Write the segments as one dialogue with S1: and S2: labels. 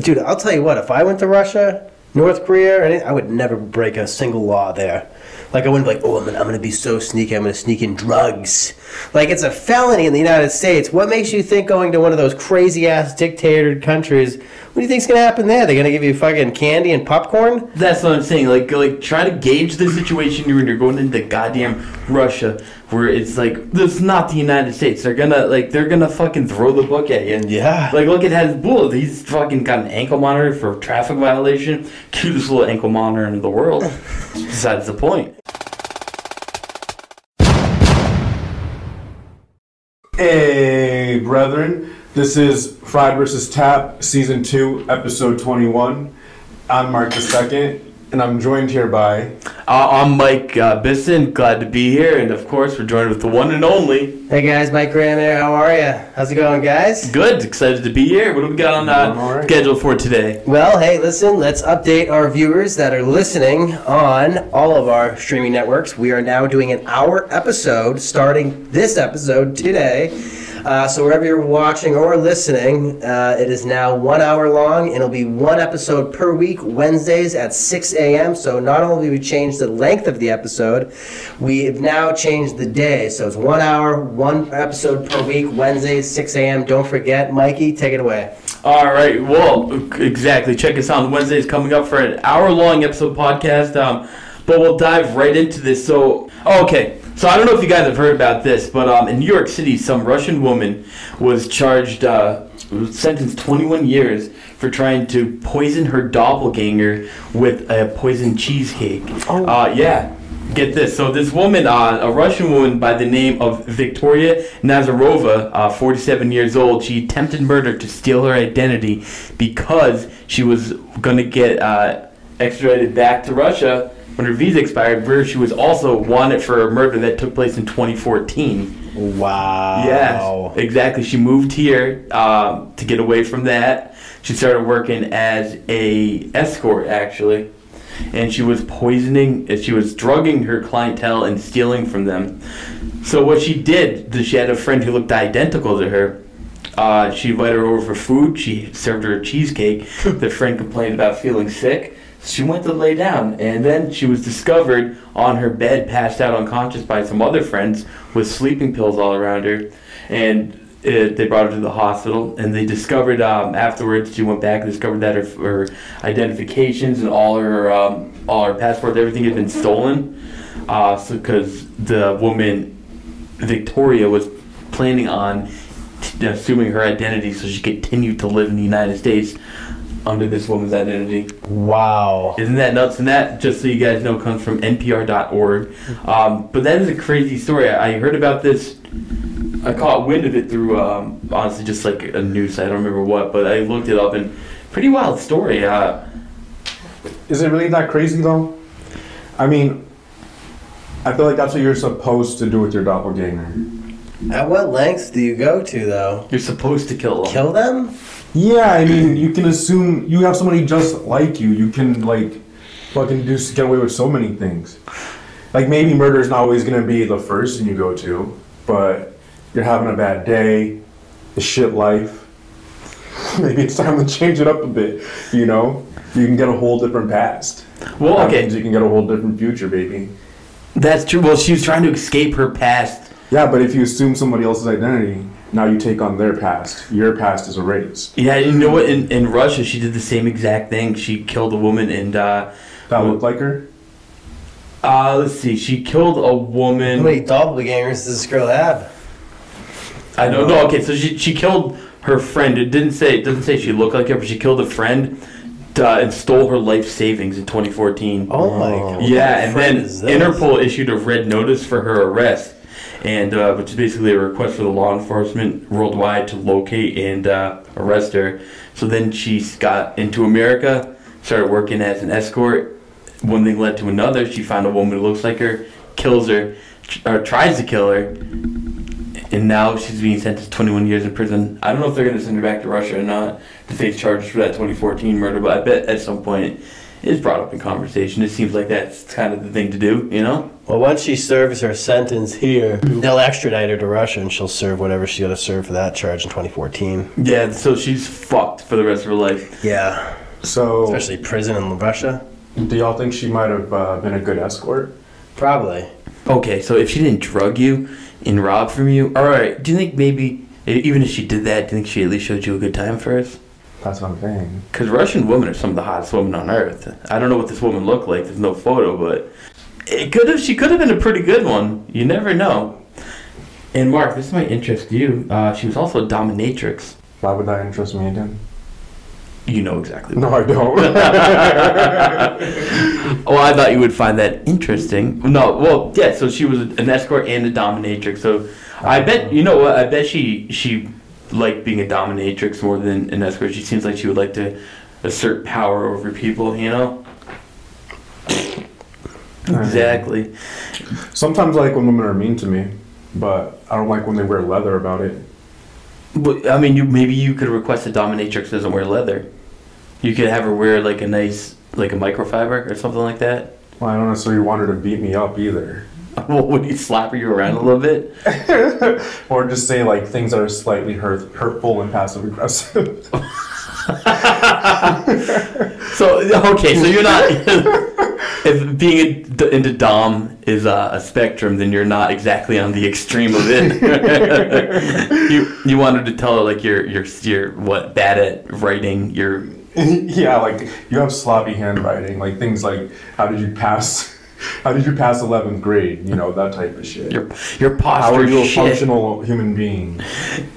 S1: Dude, I'll tell you what, if I went to Russia, North Korea, or anything, I would never break a single law there. Like, I wouldn't be like, oh, I'm gonna, I'm gonna be so sneaky, I'm gonna sneak in drugs. Like, it's a felony in the United States. What makes you think going to one of those crazy ass dictated countries, what do you think's gonna happen there? They're gonna give you fucking candy and popcorn?
S2: That's what I'm saying. Like, like try to gauge the situation you're in. You're going into goddamn Russia, where it's like this is not the United States. They're gonna like they're gonna fucking throw the book at you. And
S1: Yeah.
S2: like look at Hezbollah. He's fucking got an ankle monitor for traffic violation. Cutest little ankle monitor in the world. Besides the point.
S3: Hey, brethren. This is Fried versus Tap, Season 2, Episode 21. I'm Mark the Second, and I'm joined here by.
S2: Uh, I'm Mike uh, Bisson. Glad to be here, and of course we're joined with the one and only.
S1: Hey guys, Mike Graham here, how are ya? How's it going, guys?
S2: Good. Excited to be here. What do we got on
S3: Doing all
S2: uh,
S3: right.
S2: schedule for today?
S1: Well, hey, listen, let's update our viewers that are listening on all of our streaming networks. We are now doing an hour episode starting this episode today. Uh, so, wherever you're watching or listening, uh, it is now one hour long. It'll be one episode per week, Wednesdays at 6 a.m. So, not only have we changed the length of the episode, we have now changed the day. So, it's one hour, one episode per week, Wednesdays, 6 a.m. Don't forget, Mikey, take it away.
S2: All right. Well, exactly. Check us out on Wednesdays coming up for an hour-long episode podcast. Um, but we'll dive right into this. So, oh, okay. So I don't know if you guys have heard about this, but um, in New York City, some Russian woman was charged, uh, was sentenced 21 years for trying to poison her doppelganger with a poisoned cheesecake.
S1: Oh.
S2: Uh, yeah. Get this. So this woman, uh, a Russian woman by the name of Victoria Nazarova, uh, 47 years old, she attempted murder to steal her identity because she was going to get uh, extradited back to Russia when her visa expired, where she was also wanted for a murder that took place in 2014.
S1: Wow.
S2: Yes, exactly. She moved here um, to get away from that. She started working as a escort, actually, and she was poisoning. uh, She was drugging her clientele and stealing from them. So what she did, th- she had a friend who looked identical to her. Uh, she invited her over for food. She served her a cheesecake. the friend complained about feeling sick. She went to lay down, and then she was discovered on her bed, passed out unconscious by some other friends with sleeping pills all around her. And it, they brought her to the hospital, and they discovered um, afterwards. She went back and discovered that her, her identifications and all her um, all her passports, everything had been stolen. Uh, so, because the woman Victoria was planning on t- assuming her identity, so she continued to live in the United States under this woman's identity.
S1: Wow.
S2: Isn't that nuts? And that, just so you guys know, comes from NPR.org. Um, but that is a crazy story. I I heard about this. I caught wind of it through, um, honestly, just like a news. I don't remember what, but I looked it up and pretty wild story. Uh,
S3: Is it really that crazy, though? I mean, I feel like that's what you're supposed to do with your doppelganger.
S1: At what lengths do you go to though?
S2: you're supposed to kill them.
S1: Kill them?
S3: Yeah, I mean, you can assume you have somebody just like you. You can, like, fucking do, get away with so many things. Like, maybe murder is not always gonna be the first thing you go to, but you're having a bad day, the shit life. maybe it's time to change it up a bit, you know? You can get a whole different past.
S2: Well,
S3: That
S2: okay.
S3: means You can get a whole different future, baby.
S2: That's true. Well, she was trying to escape her past.
S3: Yeah, but if you assume somebody else's identity, now you take on their past. Your past is erased.
S2: Yeah, you know what? In, in Russia, she did the same exact thing. She killed a woman and, uh,
S3: That looked like her?
S2: uh let's see, she killed a
S1: How
S2: woman.
S1: many doppelgangers does this girl have?
S2: I don't know. Okay, so she she killed her friend. It didn't say it doesn't say she looked like her, but she killed a friend uh, and stole her life savings in 2014.
S1: Oh my god. What kind
S2: yeah,
S1: of
S2: and
S1: friend
S2: then
S1: is this?
S2: Interpol issued a red notice for her arrest, and uh, which is basically a request for the law enforcement worldwide to locate and uh, arrest her. So then she got into America, started working as an escort. One thing led to another. She found a woman who looks like her, kills her, tr- or tries to kill her. And now she's being sentenced to 21 years in prison. I don't know if they're going to send her back to Russia or not to face charges for that 2014 murder, but I bet at some point it's brought up in conversation. It seems like that's kind of the thing to do, you know?
S1: Well, once she serves her sentence here, they'll extradite her to Russia and she'll serve whatever she got to serve for that charge in 2014.
S2: Yeah, so she's fucked. for the rest of her life.
S1: Yeah.
S3: So,
S1: Especially prison in Russia.
S3: do y'all think she might have uh, been a good escort?
S1: Probably.
S2: Okay, so if she didn't drug you and rob from you, all right, do you think maybe even if she did that, do you think she at least showed you a good time first?
S3: That's what I'm saying.
S2: Because Russian women are some of the hottest women on earth. I don't know what this woman looked like. There's no photo, but it could have. She could have been a pretty good one. You never know. And Mark, this might interest you. Uh, she was also a dominatrix.
S3: Why would that interest me again?
S2: You know exactly.
S3: No, I don't.
S2: well, Oh, I thought you would find that interesting. No, well, yeah. So she was an escort and a dominatrix. So I bet you know what? I bet she she liked being a dominatrix more than an escort. She seems like she would like to assert power over people. You know. Exactly.
S3: Sometimes I like when women are mean to me, but I don't like when they wear leather about it.
S2: But I mean, you maybe you could request a dominatrix doesn't wear leather. You could have her wear like a nice like a microfiber or something like that.
S3: Well, I don't necessarily want her to beat me up either.
S2: Well, would he slap you around a little bit?
S3: Or just say like things that are slightly hurt, hurtful and passive aggressive.
S2: So okay, so you're not. if being a, into dom is a, a spectrum, then you're not exactly on the extreme of it. you you wanted to tell her like you're you're you're what bad at writing. You're
S3: yeah, like you have sloppy handwriting, like things like how did you pass how did you pass 11th grade, you know, that type of shit.
S2: you're your
S3: how
S2: posture.
S3: are you a
S2: shit.
S3: functional human being?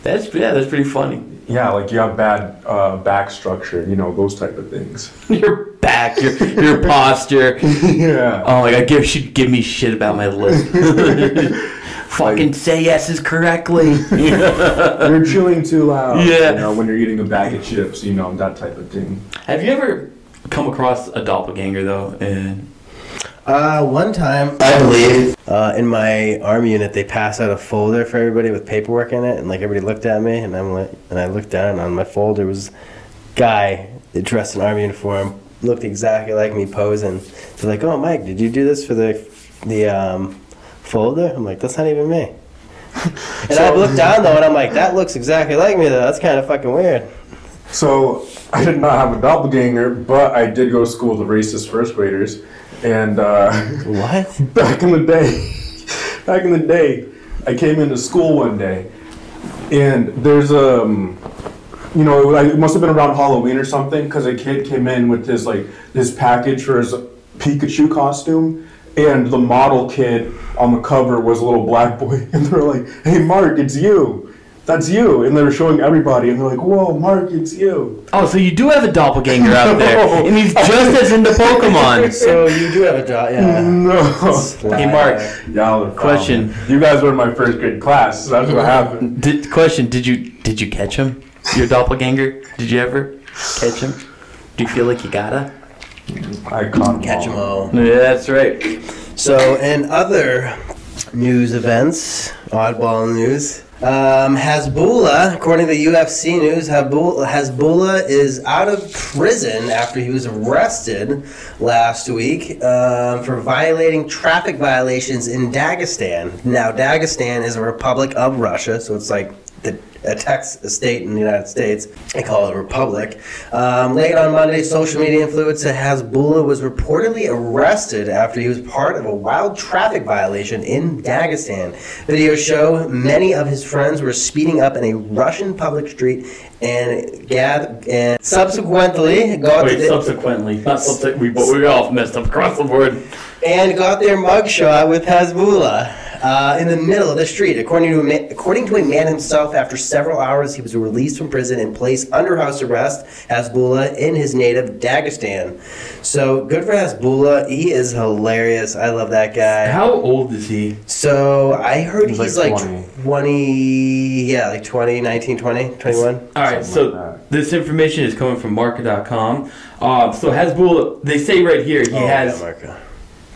S2: That's yeah, that's pretty funny.
S3: Yeah, like you have bad uh, back structure, you know, those type of things.
S2: Your back, your your posture.
S3: yeah.
S2: Oh my god, give she give me shit about my list. Fucking say yeses correctly.
S3: you're chewing too loud.
S2: Yeah.
S3: You know, when you're eating a bag of chips, you know, that type of thing.
S2: Have you ever come across a doppelganger though? And
S1: Uh, one time, I believe, uh, in my arm unit, they passed out a folder for everybody with paperwork in it, and like everybody looked at me, and I'm like, and I looked down, and on my folder was guy dressed in army uniform, looked exactly like me posing. They're like, "Oh, Mike, did you do this for the the um, folder?" I'm like, "That's not even me." And I looked down though, and I'm like, "That looks exactly like me though. That's kind of fucking weird."
S3: So I did not have a doppelganger, but I did go to school with racist first graders. And uh,
S1: What?
S3: back in the day, back in the day, I came into school one day, and there's um, you know, it, was- like, it must have been around Halloween or something, because a kid came in with his like his package for his Pikachu costume, and the model kid on the cover was a little black boy, and they're like, "Hey, Mark, it's you." That's you, and they're showing everybody, and they're like, "Whoa, Mark, it's you!"
S2: oh, so you do have a doppelganger out there, and he's just as into Pokemon.
S1: So you do have a job,
S3: Mm.
S1: yeah.
S3: No,
S2: Hey, Mark.
S3: y'all are
S2: Question.
S3: foul. You guys were in my first grade class. So that's what happened.
S2: Did, question: Did you did you catch him? Your doppelganger? Did you ever catch him? Do you feel like you gotta?
S3: I caught
S1: Catch 'em all.
S2: Yeah, that's right.
S1: So, in other news events, oddball news, um, Hasbullah, according to the UFC news, Habul- Hasbullah is out of prison after he was arrested last week um, for violating traffic violations in Dagestan. Now, Dagestan is a republic of Russia, so it's like the a tax state in the United States. They call it a republic. Um, late on Monday, social media influencer Hasbullah was reportedly arrested after he was part of a wild traffic violation in Dagestan. Videos show many of his friends were speeding up in a Russian public street and gath- and subsequently got
S2: Wait,
S1: the-
S2: subsequently, not subsequently. We but we all messed up across the board.
S1: and got their mugshot with Hasbullah uh, in the middle of the street. According to, a man, according to a man himself, after several hours, he was released from prison and placed under house arrest, Hasbullah, in his native Dagestan. So good for Hasbullah. He is hilarious. I love that guy.
S2: How old is he?
S1: So I heard
S3: He's
S1: he's,
S3: like
S1: like,
S3: 20.
S1: 20. yeah, like 20, 19, 20, 21.
S2: All right,
S3: Something
S2: so
S3: like that.
S2: this information is coming from market.com. Uh, so Hasbullah, they say right here he
S1: Oh,
S2: has.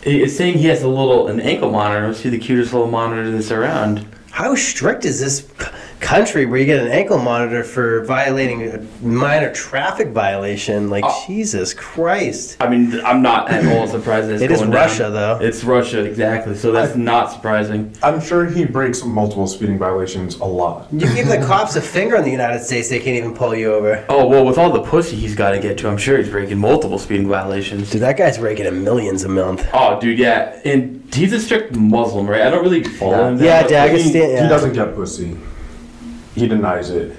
S2: It's saying he has a little an ankle monitor. See the cutest little monitor that's around.
S1: How strict is this c- country where you get an ankle monitor for violating a minor traffic violation. Like
S2: Oh.
S1: Jesus Christ.
S2: I mean, th- I'm not at all surprised. that It's
S1: It is
S2: going down.
S1: Russia, though.
S2: It's Russia, exactly. So that's not surprising.
S3: I'm sure he breaks multiple speeding violations a lot.
S1: You give the cops a finger in the United States, they can't even pull you over.
S2: Oh well, with all the pussy he's got to get to, I'm sure he's breaking multiple speeding violations.
S1: Dude, that guy's raking in millions a month.
S2: Oh, dude, yeah, and he's a strict Muslim, right? I don't really follow him. that
S1: Yeah,
S2: much.
S1: Dagestan.
S3: He,
S1: Yeah.
S3: he doesn't get pussy. He denies it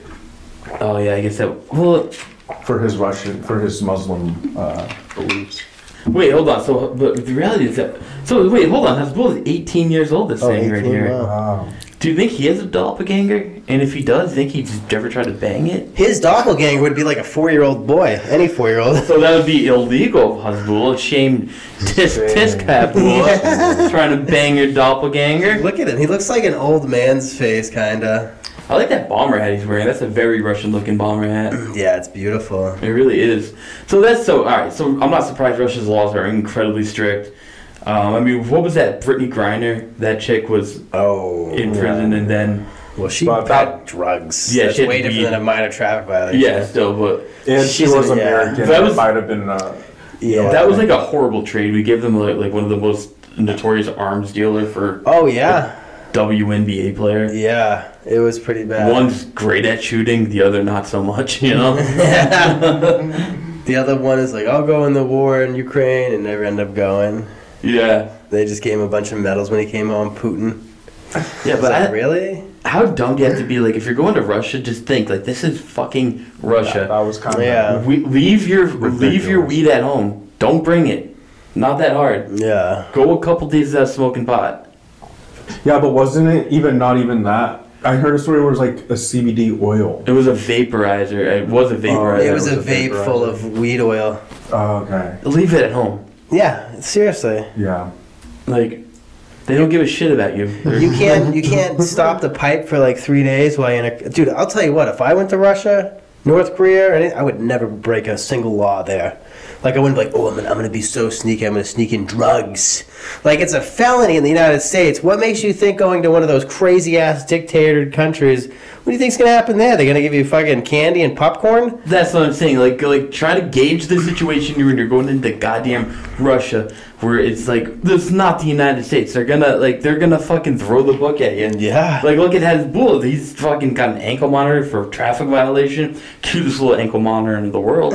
S2: Oh yeah, I guess that. Well,
S3: for his Russian, for his Muslim uh, beliefs.
S2: wait, hold on. So, but the reality is that. So wait, hold on. Hezbollah is 18 years old. This thing right
S1: 18,
S2: here.
S1: wow.
S3: Wow.
S2: Do you think he has a doppelganger? And if he does, think he's ever tried to bang it?
S1: His doppelganger would be like a four-year-old boy, any four-year-old.
S2: So that would be illegal, Hasbullah. Shame Tisk Tisk Hasbullah. Trying to bang your doppelganger.
S1: Look at him. He looks like an old man's face, kinda.
S2: I like that bomber hat he's wearing. That's a very Russian looking bomber hat.
S1: Yeah, it's beautiful.
S2: It really is. So that's so. Alright, so I'm not surprised Russia's laws are incredibly strict. Um, I mean, what was that? Brittany Griner? That chick was
S1: Oh.
S2: in prison and then.
S1: Well, she
S3: But
S1: about drugs.
S2: Yeah,
S1: That's
S2: she had
S1: way different
S2: weed.
S1: than a minor traffic violation.
S2: Yeah, still, but.
S3: And she
S1: She's
S3: was
S1: a- yeah.
S3: American.
S2: That
S3: That
S2: was-
S3: might have been. Uh,
S1: Yeah.
S2: That was like a horrible trade. We gave them like, like one of the most notorious arms dealer for
S1: Oh yeah,
S2: WNBA player.
S1: yeah. It was pretty bad.
S2: One's great at shooting, the other not so much, you know?
S1: The other one is like, I'll go in the war in Ukraine, and never end up going.
S2: yeah.
S1: They just gave him a bunch of medals when he came home. Putin.
S2: Yeah,
S1: I was
S2: but
S1: like,
S2: I-
S1: really?
S2: how dumb do you have to be? Like, if you're going to Russia, just think, like, this is fucking
S3: that
S2: Russia.
S3: was kind of.
S1: Yeah.
S2: We, leave your leave your
S3: Ridiculous.
S2: weed at home. Don't bring it. Not that hard.
S1: Yeah.
S2: Go a couple days without smoking pot.
S3: Yeah, but wasn't it even not even that? I heard a story where it was like a CBD oil.
S2: It was a vaporizer. It was a
S1: Oh, It
S2: vaporizer.
S1: was a vape full of weed oil.
S3: Oh, okay.
S2: leave it at home.
S1: Yeah, seriously.
S3: Yeah.
S2: Like, they don't give a shit about you.
S1: You can't you can't stop the pipe for like three days while you're in a dude. I'll tell you what. If I went to Russia, North Korea, or anything, I would never break a single law there. Like I wouldn't be like, oh, I'm gonna, I'm gonna be so sneaky. I'm gonna sneak in drugs. Like it's a felony in the United States. What makes you think going to one of those crazy ass dictated countries? What do you think's gonna happen there? They're gonna give you fucking candy and popcorn?
S2: That's what I'm saying. Like, like try to gauge the situation you're in. You're going into goddamn Russia, where it's like this is not the United States. They're gonna like they're gonna fucking throw the book at you.
S1: Yeah.
S2: Like look at Hezbollah. He's fucking got an ankle monitor for traffic violation. Cutest little ankle monitor in the world.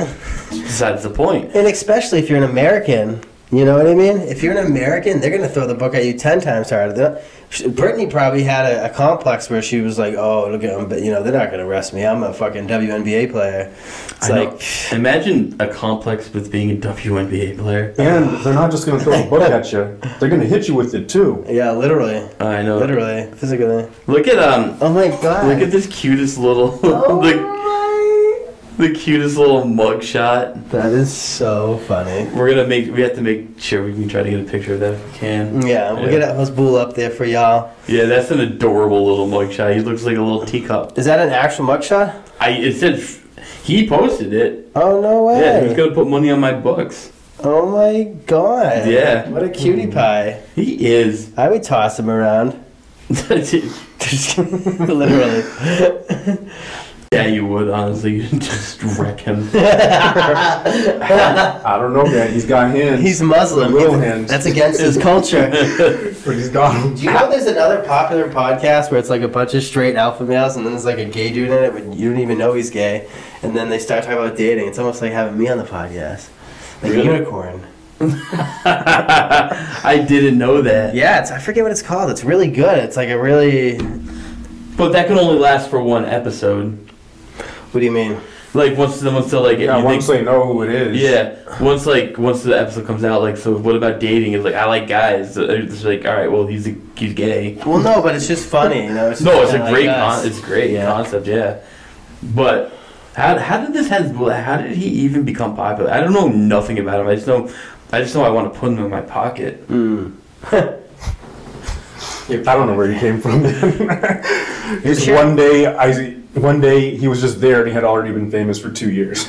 S2: Besides the point.
S1: And especially if you're an American, you know what I mean? If you're an American, they're going to throw the book at you 10 times harder. They're- sh- Brittany probably had a, a complex where she was like, oh, look at them, but you know, they're not going to arrest me. I'm a fucking WNBA player. It's
S2: I know.
S1: like,
S2: imagine a complex with being a WNBA player.
S3: And they're not just gonna throw a book at you; they're gonna hit you with it too.
S1: yeah, literally.
S2: I know.
S1: Literally. Physically.
S2: Look at um.
S1: Oh my God.
S2: Look at this cutest little.
S1: Oh
S2: the,
S1: my-
S2: the cutest little mugshot.
S1: That is so funny.
S2: We're gonna make. We have to make sure we can try to get a picture of that if we can.
S1: Yeah, we'll get a bull up there for y'all.
S2: Yeah, that's an adorable little mugshot. He looks like a little teacup.
S1: Is that an actual mugshot?
S2: I. It said he posted it.
S1: Oh, no way.
S2: Yeah, he's gonna put money on my books.
S1: Oh my God.
S2: Yeah.
S1: What a cutie pie.
S2: He is.
S1: I would toss him around.
S2: yeah,
S1: Just kidding. Literally.
S2: you would honestly You'd just wreck him.
S3: I don't know, man. He's got hands.
S1: He's Muslim.
S3: Little
S1: He's-
S3: hands.
S1: That's against his culture.
S3: but he's got 'em.
S1: Do you know there's another popular podcast where it's like a bunch of straight alpha males and then there's like a gay dude in it, but you don't even know he's gay. And then they start talking about dating. It's almost like having me on the podcast. Like
S2: Really?
S1: a unicorn.
S2: I didn't know that.
S1: Yeah, it's, I forget what it's called. It's really good. It's like a really.
S2: But that can only last for one episode.
S1: What do you mean?
S2: Like once someone still like it,
S3: Yeah,
S2: you
S3: once
S2: think-
S3: they know who it is.
S2: Yeah, once like once the episode comes out, like so, what about dating? It's like I like guys. It's like all right, well he's a, he's gay.
S1: Well, no, but it's just funny. You know?
S2: No, it's
S1: kinda
S2: a
S1: like
S2: great
S1: us.
S2: con- it's a great
S1: Yeah.
S2: concept, yeah. But how, how did this Hezbollah? How did he even become popular? I don't know nothing about him. I just know I just know I want to put him in my pocket.
S1: Mm.
S3: I don't know where he came from. man. He's
S1: Sure.
S3: one day, I one day he was just there and he had already been famous for two years.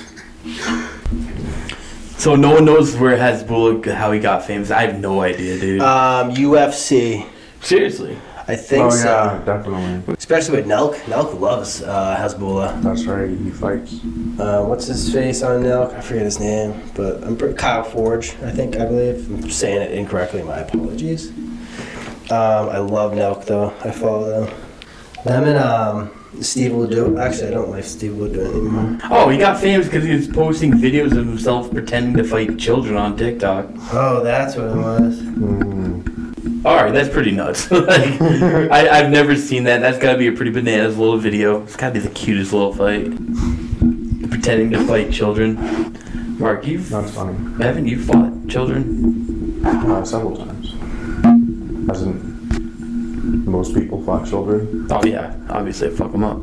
S2: So no one knows where
S1: Uh,
S2: Hezbollah how he got famous. I have no idea, dude.
S1: Um, UFC.
S2: Seriously,
S1: I think
S3: oh
S1: so.
S3: yeah, definitely.
S1: Especially with Nelk. Nelk loves uh, Hezbollah.
S3: That's right. He fights.
S1: Uh, what's his face on Nelk? I forget his name, but I'm pretty, Kyle Forge, I think, I believe. I'm saying it incorrectly. My apologies. Um, I love Nelk, though. I follow them. Them and um, Steve Ledoux. Actually, I don't like Steve Ledoux anymore.
S2: Oh, he got famous because he was posting videos of himself pretending to fight children on TikTok.
S1: Oh, that's what it was.
S3: Mm.
S2: All right, that's pretty nuts. like, I, I've never seen that. That's got to be a pretty bananas little video. It's got to be the cutest little fight. Pretending to fight children. Mark, you
S3: That's funny.
S2: haven't you fought children?
S3: Uh, several times. Hasn't most people fought children?
S2: Oh yeah, obviously I fuck them up.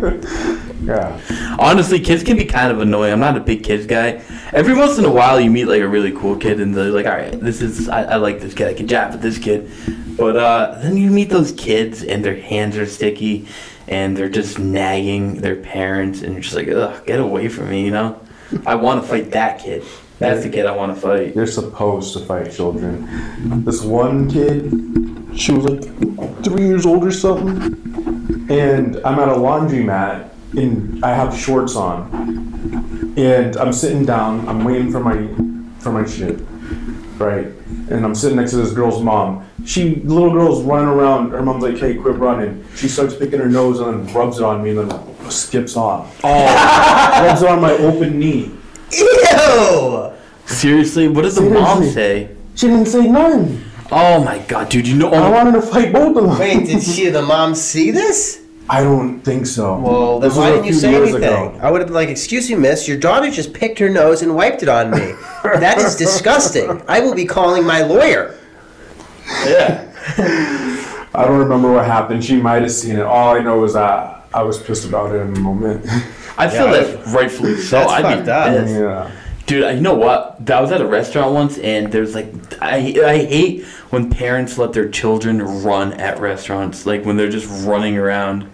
S3: Yeah.
S2: Honestly, kids can be kind of annoying. I'm not a big kids guy. Every once in a while, you meet like a really cool kid, and they're like, "All right, this is I, I like this kid. I can jab at this kid." But uh, then you meet those kids, and their hands are sticky, and they're just nagging their parents, and you're just like, "Ugh, get away from me!" You know, I want to fight that kid. That's the kid I want to fight.
S3: You're supposed to fight children. This one kid, she was like three years old or something, and I'm at a laundromat and I have shorts on, and I'm sitting down. I'm waiting for my for my shit, right? And I'm sitting next to this girl's mom. She little girl's running around. Her mom's like, "Hey, quit running." She starts picking her nose and then rubs it on me and then skips off.
S2: Oh,
S3: rubs it on my open knee.
S1: Ew!
S2: seriously? What does the mom
S3: Seriously.
S2: say?
S3: She didn't say none.
S2: Oh my god, dude! You know,
S3: I wanted to fight both of them.
S1: Wait, did she, the mom, see this?
S3: I don't think so.
S1: Well, then
S3: This was
S1: why
S3: a
S1: didn't you
S3: few
S1: say
S3: years
S1: anything?
S3: ago.
S1: I would have been like, "Excuse me, miss, your daughter just picked her nose and wiped it on me. that is disgusting. I will be calling my lawyer."
S2: yeah.
S3: I don't remember what happened. She might have seen it. All I know is that I was pissed about it in the moment.
S2: I feel
S1: Yeah,
S2: that rightfully so.
S1: that's
S2: I'd be
S1: fucked up.
S2: pissed.
S3: yeah.
S2: Dude, I- you know what? I was at a restaurant once, and there's like, I I hate when parents let their children run at restaurants, like when they're just running around.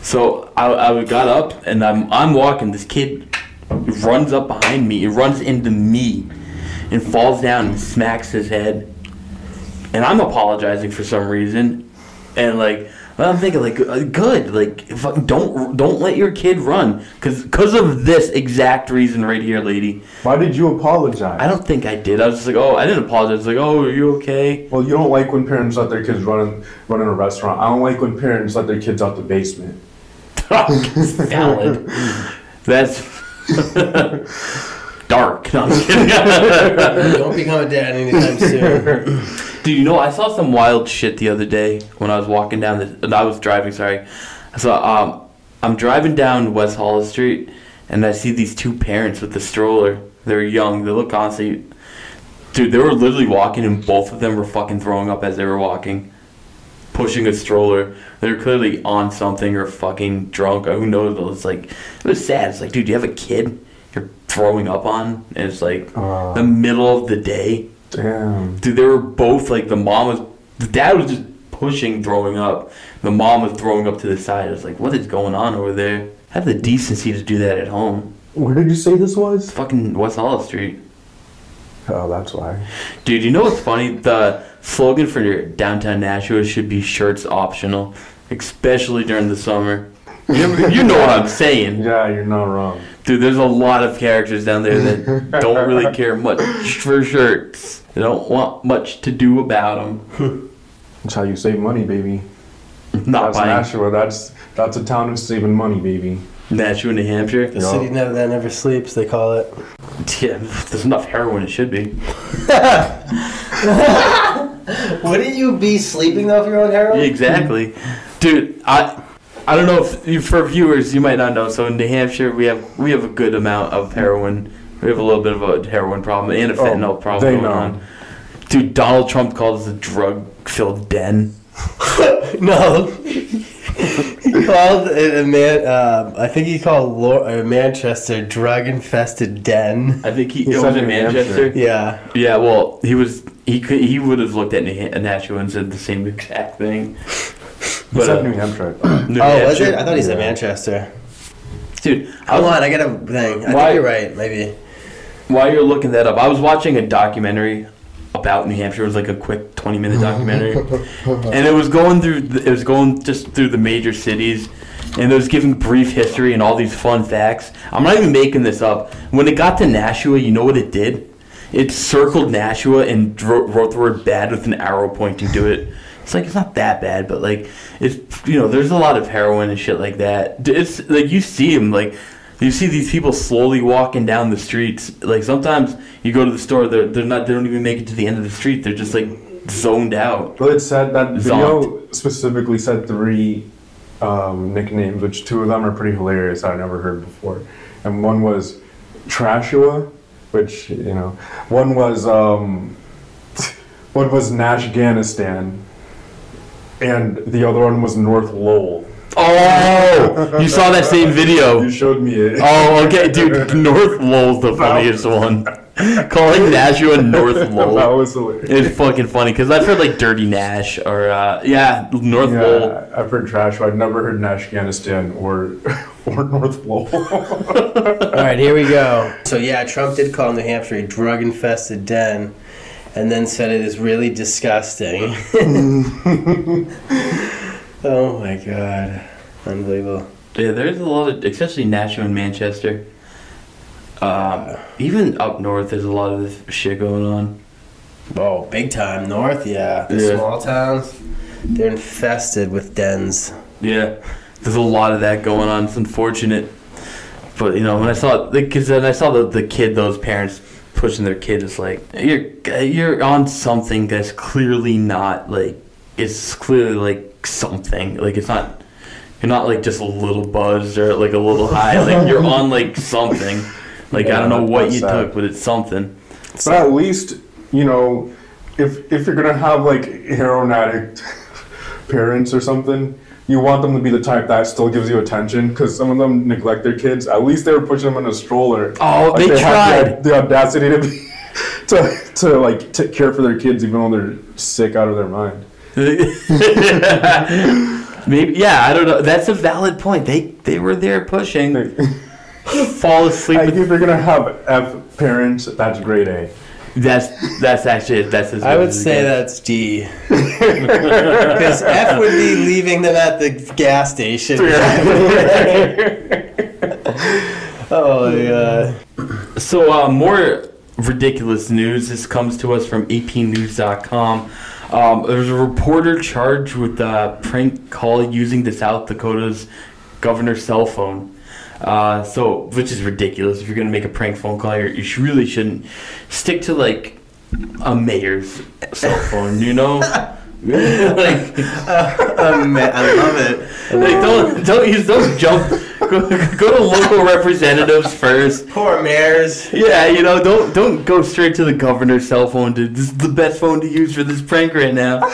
S2: So I I got up and I'm I'm walking. This kid runs up behind me. He runs into me, and falls down and smacks his head. And I'm apologizing for some reason, and like. I'm thinking like uh, good like fuck- don't don't let your kid run cuz cuz of this exact reason right here lady
S3: Why did you apologize?
S2: I don't think I did. I was just like, oh, I didn't apologize. Like, oh, are you okay?
S3: well, you don't like when parents let their kids run in, run in a restaurant. I don't like when parents let their kids out the basement.
S2: Valid. That's dark. No, I'm just kidding.
S1: Don't become a dad anytime soon.
S2: Dude, you know, I saw some wild shit the other day when I was walking down the. and I was driving. Sorry, I saw. Um, I'm driving down West Hollis Street, and I see these two parents with the stroller. They're young. They look honestly. Dude, they were literally walking, and both of them were fucking throwing up as they were walking, pushing a stroller. They were clearly on something or fucking drunk. Or who knows? But it's like it was sad. It's like, dude, you have a kid you're throwing up on, and it's like
S3: Oh.
S2: the middle of the day.
S3: Damn.
S2: Dude, they were both like the mom was, the dad was just pushing, throwing up. The mom was throwing up to the side. I was like, what is going on over there? Have the decency to do that at home.
S3: Where did you say this
S2: It's
S3: was?
S2: fucking West Hollow Street.
S3: Oh, that's why.
S2: Dude, you know what's funny? The slogan for your downtown Nashua should be shirts optional, especially during the summer. You, you know what I'm saying.
S3: Yeah, you're not wrong.
S2: Dude, there's a lot of characters down there that don't really care much for shirts. They don't want much to do about them.
S3: That's how you save money, baby.
S2: Not
S3: That's
S2: buying
S3: Nashua. That's that's a town of saving money, baby.
S2: Nashua, New Hampshire.
S1: The city never, that never sleeps. They call it.
S2: Yeah, there's enough heroin. It should be.
S1: Wouldn't you be sleeping off your own heroin?
S2: Exactly, dude. I I don't know if you- for viewers you might not know. So in New Hampshire, we have we have a good amount of heroin. We have a little bit of a heroin problem and a fentanyl problem
S3: they
S2: going
S3: know.
S2: on. Dude, Donald Trump calls the drug-filled den.
S1: no. he called a, a man. Um, I think he called Lor- uh, Manchester drug-infested den.
S2: I think he,
S3: He
S2: it was
S3: said
S2: in
S3: New Hampshire.
S2: Manchester.
S1: Yeah.
S2: Yeah, well, he was he could he would have looked at New Ha- Nashua and said the same exact thing.
S3: But,
S2: But uh,
S3: New Hampshire.
S2: New
S1: oh, was
S2: Hampshire-
S1: it? I thought he said
S3: Yeah.
S1: Manchester.
S2: Dude, I
S1: Hold
S2: was
S1: on, I got a thing. I
S2: Why-
S1: think you're right. Maybe.
S2: While you're looking that up, I was watching a documentary about New Hampshire. It was like a quick 20 minute documentary, and it was going through the, it was going just through the major cities, and it was giving brief history and all these fun facts. I'm not even making this up. When it got to Nashua, you know what it did? It circled Nashua and dro- wrote the word "bad" with an arrow pointing to it. It's like it's not that bad, but like it's you know there's a lot of heroin and shit like that. D- It's like you see them like you see these people slowly walking down the streets. Like sometimes you go to the store, they're they're not they don't even make it to the end of the street. They're just like zoned out.
S3: Well, it said that video specifically said three um, nicknames, which two of them are pretty hilarious. I never heard before, and one was Trashua, which you know, one was um, one was Nashganistan, and the other one was North Lowell.
S2: Oh, you saw that same video.
S3: You showed me it.
S2: Oh, okay, dude. North Lowell's the funniest one. Calling Nashua North
S3: that
S2: Lowell.
S3: was hilarious.
S2: It's fucking funny because I've heard like Dirty Nash or uh, yeah North Lowell.
S3: Yeah, I've heard Trashua. I've never heard Nashganistan or or North Lowell.
S1: All right, here we go. So yeah, Trump did call New Hampshire a drug-infested den, and then said it is really disgusting. oh my god, unbelievable.
S2: Yeah, there's a lot of, especially Nashville and Manchester. Um, even up north, there's a lot of this shit going on.
S1: Oh, big time north, yeah. The
S2: Yeah.
S1: small towns, they're infested with dens.
S2: Yeah, there's a lot of that going on. It's unfortunate, but you know when I saw because then I saw the the kid, those parents pushing their kid, it's like you're you're on something that's clearly not like it's clearly like something like it's not. You're not like just a little buzzed or like a little high. Like you're on like something. Like I don't know
S3: Yeah,
S2: what
S3: that's
S2: you
S3: sad.
S2: took, but it's something.
S3: But at least, you know, if if you're gonna have like heroin addict parents or something, you want them to be the type that still gives you attention because some of them neglect their kids. At least they were pushing them in a stroller.
S2: Oh, they
S3: had
S2: tried.
S3: the, the audacity to be. To, to like to care for their kids even though they're sick out of their mind.
S2: Maybe yeah, I don't know. That's a valid point. They they were there pushing. Fall asleep.
S3: Like
S2: With,
S3: if you're gonna have F parents, that's grade A.
S2: that's that's actually that's. As
S1: I
S2: good
S1: would
S2: as it
S1: say
S2: gets.
S1: that's D. Because F would be leaving them at the gas station. oh, yeah.
S2: So uh, more ridiculous news. This comes to us from APNews.com. Um, there's a reporter charged with a prank call using the South Dakota's governor's cell phone. Uh, so, which is ridiculous. If you're gonna make a prank phone call, you're, you sh- really shouldn't stick to like a mayor's cell phone. You know,
S1: uh,
S2: like
S1: I love it.
S2: like don't don't use don't jump. Go, go to local representatives first.
S1: Poor mares.
S2: Yeah, you know, don't don't go straight to the governor's cell phone, dude. This is the best phone to use for this prank right now.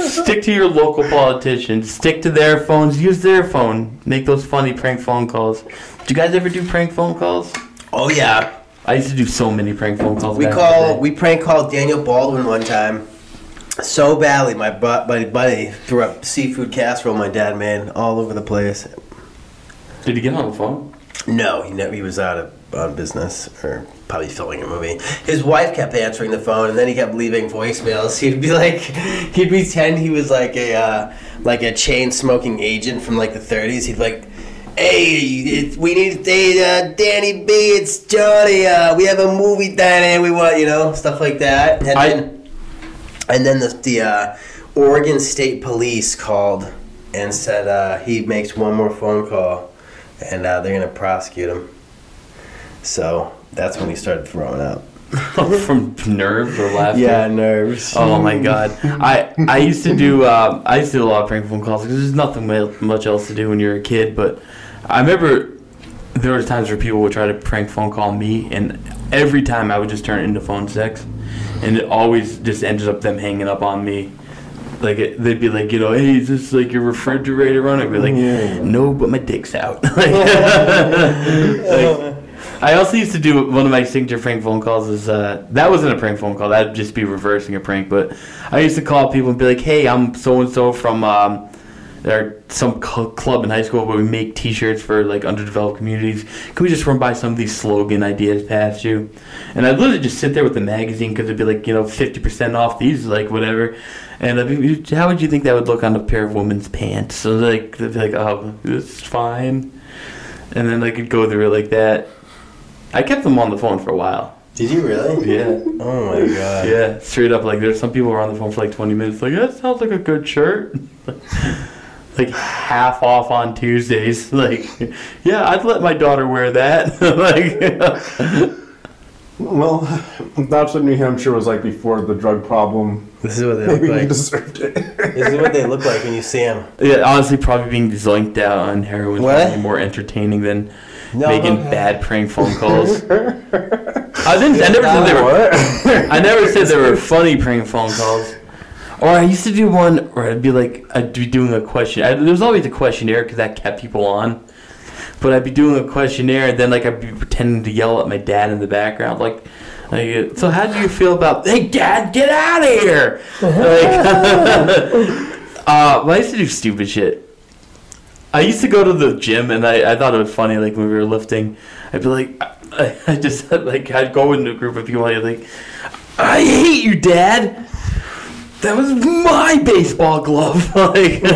S2: Stick to your local politicians. Stick to their phones. Use their phone. Make those funny prank phone calls. Do you guys ever do prank phone calls?
S1: Oh, yeah.
S2: I used to do so many prank phone calls.
S1: We
S2: back in the
S1: call
S2: day.
S1: we prank called Daniel Baldwin one time. So badly, my bu- buddy buddy threw up seafood casserole my dad made all over the place.
S2: Did you get on the phone?
S1: No, he never, he was out of on business or probably filming a movie. His wife kept answering the phone, and then he kept leaving voicemails. He'd be like, he'd pretend he was like a uh, like a chain smoking agent from like the 30s. He'd like. Hey, it, we need hey, uh, Danny B. It's Johnny. Uh, we have a movie Danny. We want you know stuff like that. And
S2: I-
S1: then, and then the, the uh, Oregon State Police called and said uh, he makes one more phone call and uh, they're going to prosecute him. So that's when he started throwing up.
S2: From nerves or laughter?
S1: nerves.
S2: Oh my god. I I used to do uh, I used to do a lot of prank phone calls because there's nothing mu- much else to do when you're a kid. But I remember there were times where people would try to prank phone call me, and every time I would just turn it into phone sex, and it always just ended up them hanging up on me. Like it, they'd be like, you know, hey, is this like your refrigerator run? I'd be like,
S3: Yeah.
S2: no, but my dick's out. Like, I also used to do one of my signature prank phone calls is uh, that wasn't a prank phone call that'd just be reversing a prank but I used to call people and be like hey I'm so and so from um, or some cl- club in high school where we make T-shirts for like underdeveloped communities. Can we just run by some of these slogan ideas past you? And I'd literally just sit there with the magazine because it'd be like you know fifty percent off these like whatever. And I'd be, how would you think that would look on a pair of women's pants? So like they'd be like oh it's fine, and then I could go through it like that. I kept them on the phone for a while.
S1: Did you really?
S2: Yeah.
S1: Oh my god.
S2: Yeah, straight up. Like, there's some people who are on the phone for like 20 minutes. Like, that sounds like a good shirt. like, half off on Tuesdays. Like, yeah, I'd let my daughter wear that. like,
S3: Well, that's what New Hampshire was like before the drug problem.
S1: This is what they
S3: Maybe
S1: look
S3: we
S1: like.
S3: deserved it.
S1: This is what they look like when you see them.
S2: yeah, honestly, probably being zoinked out on heroin is
S1: What?
S2: probably more entertaining than
S1: No,
S2: making
S1: okay.
S2: bad prank phone calls. I didn't. I never said they were.
S3: what?
S2: I never said there were funny prank phone calls. Or I used to do one where I'd be like, I'd be doing a question. I, there was always a questionnaire because that kept people on. But I'd be doing a questionnaire, and then like I'd be pretending to yell at my dad in the background, like, like, "So how do you feel about? Hey, Dad, get out of here!" Like, uh, but I used to do stupid shit. I used to go to the gym, and I, I thought it was funny. Like when we were lifting, I'd be like, I, I just like I'd go into a group of people, and I'd be like, I hate you, Dad. That was my baseball glove. like,
S1: My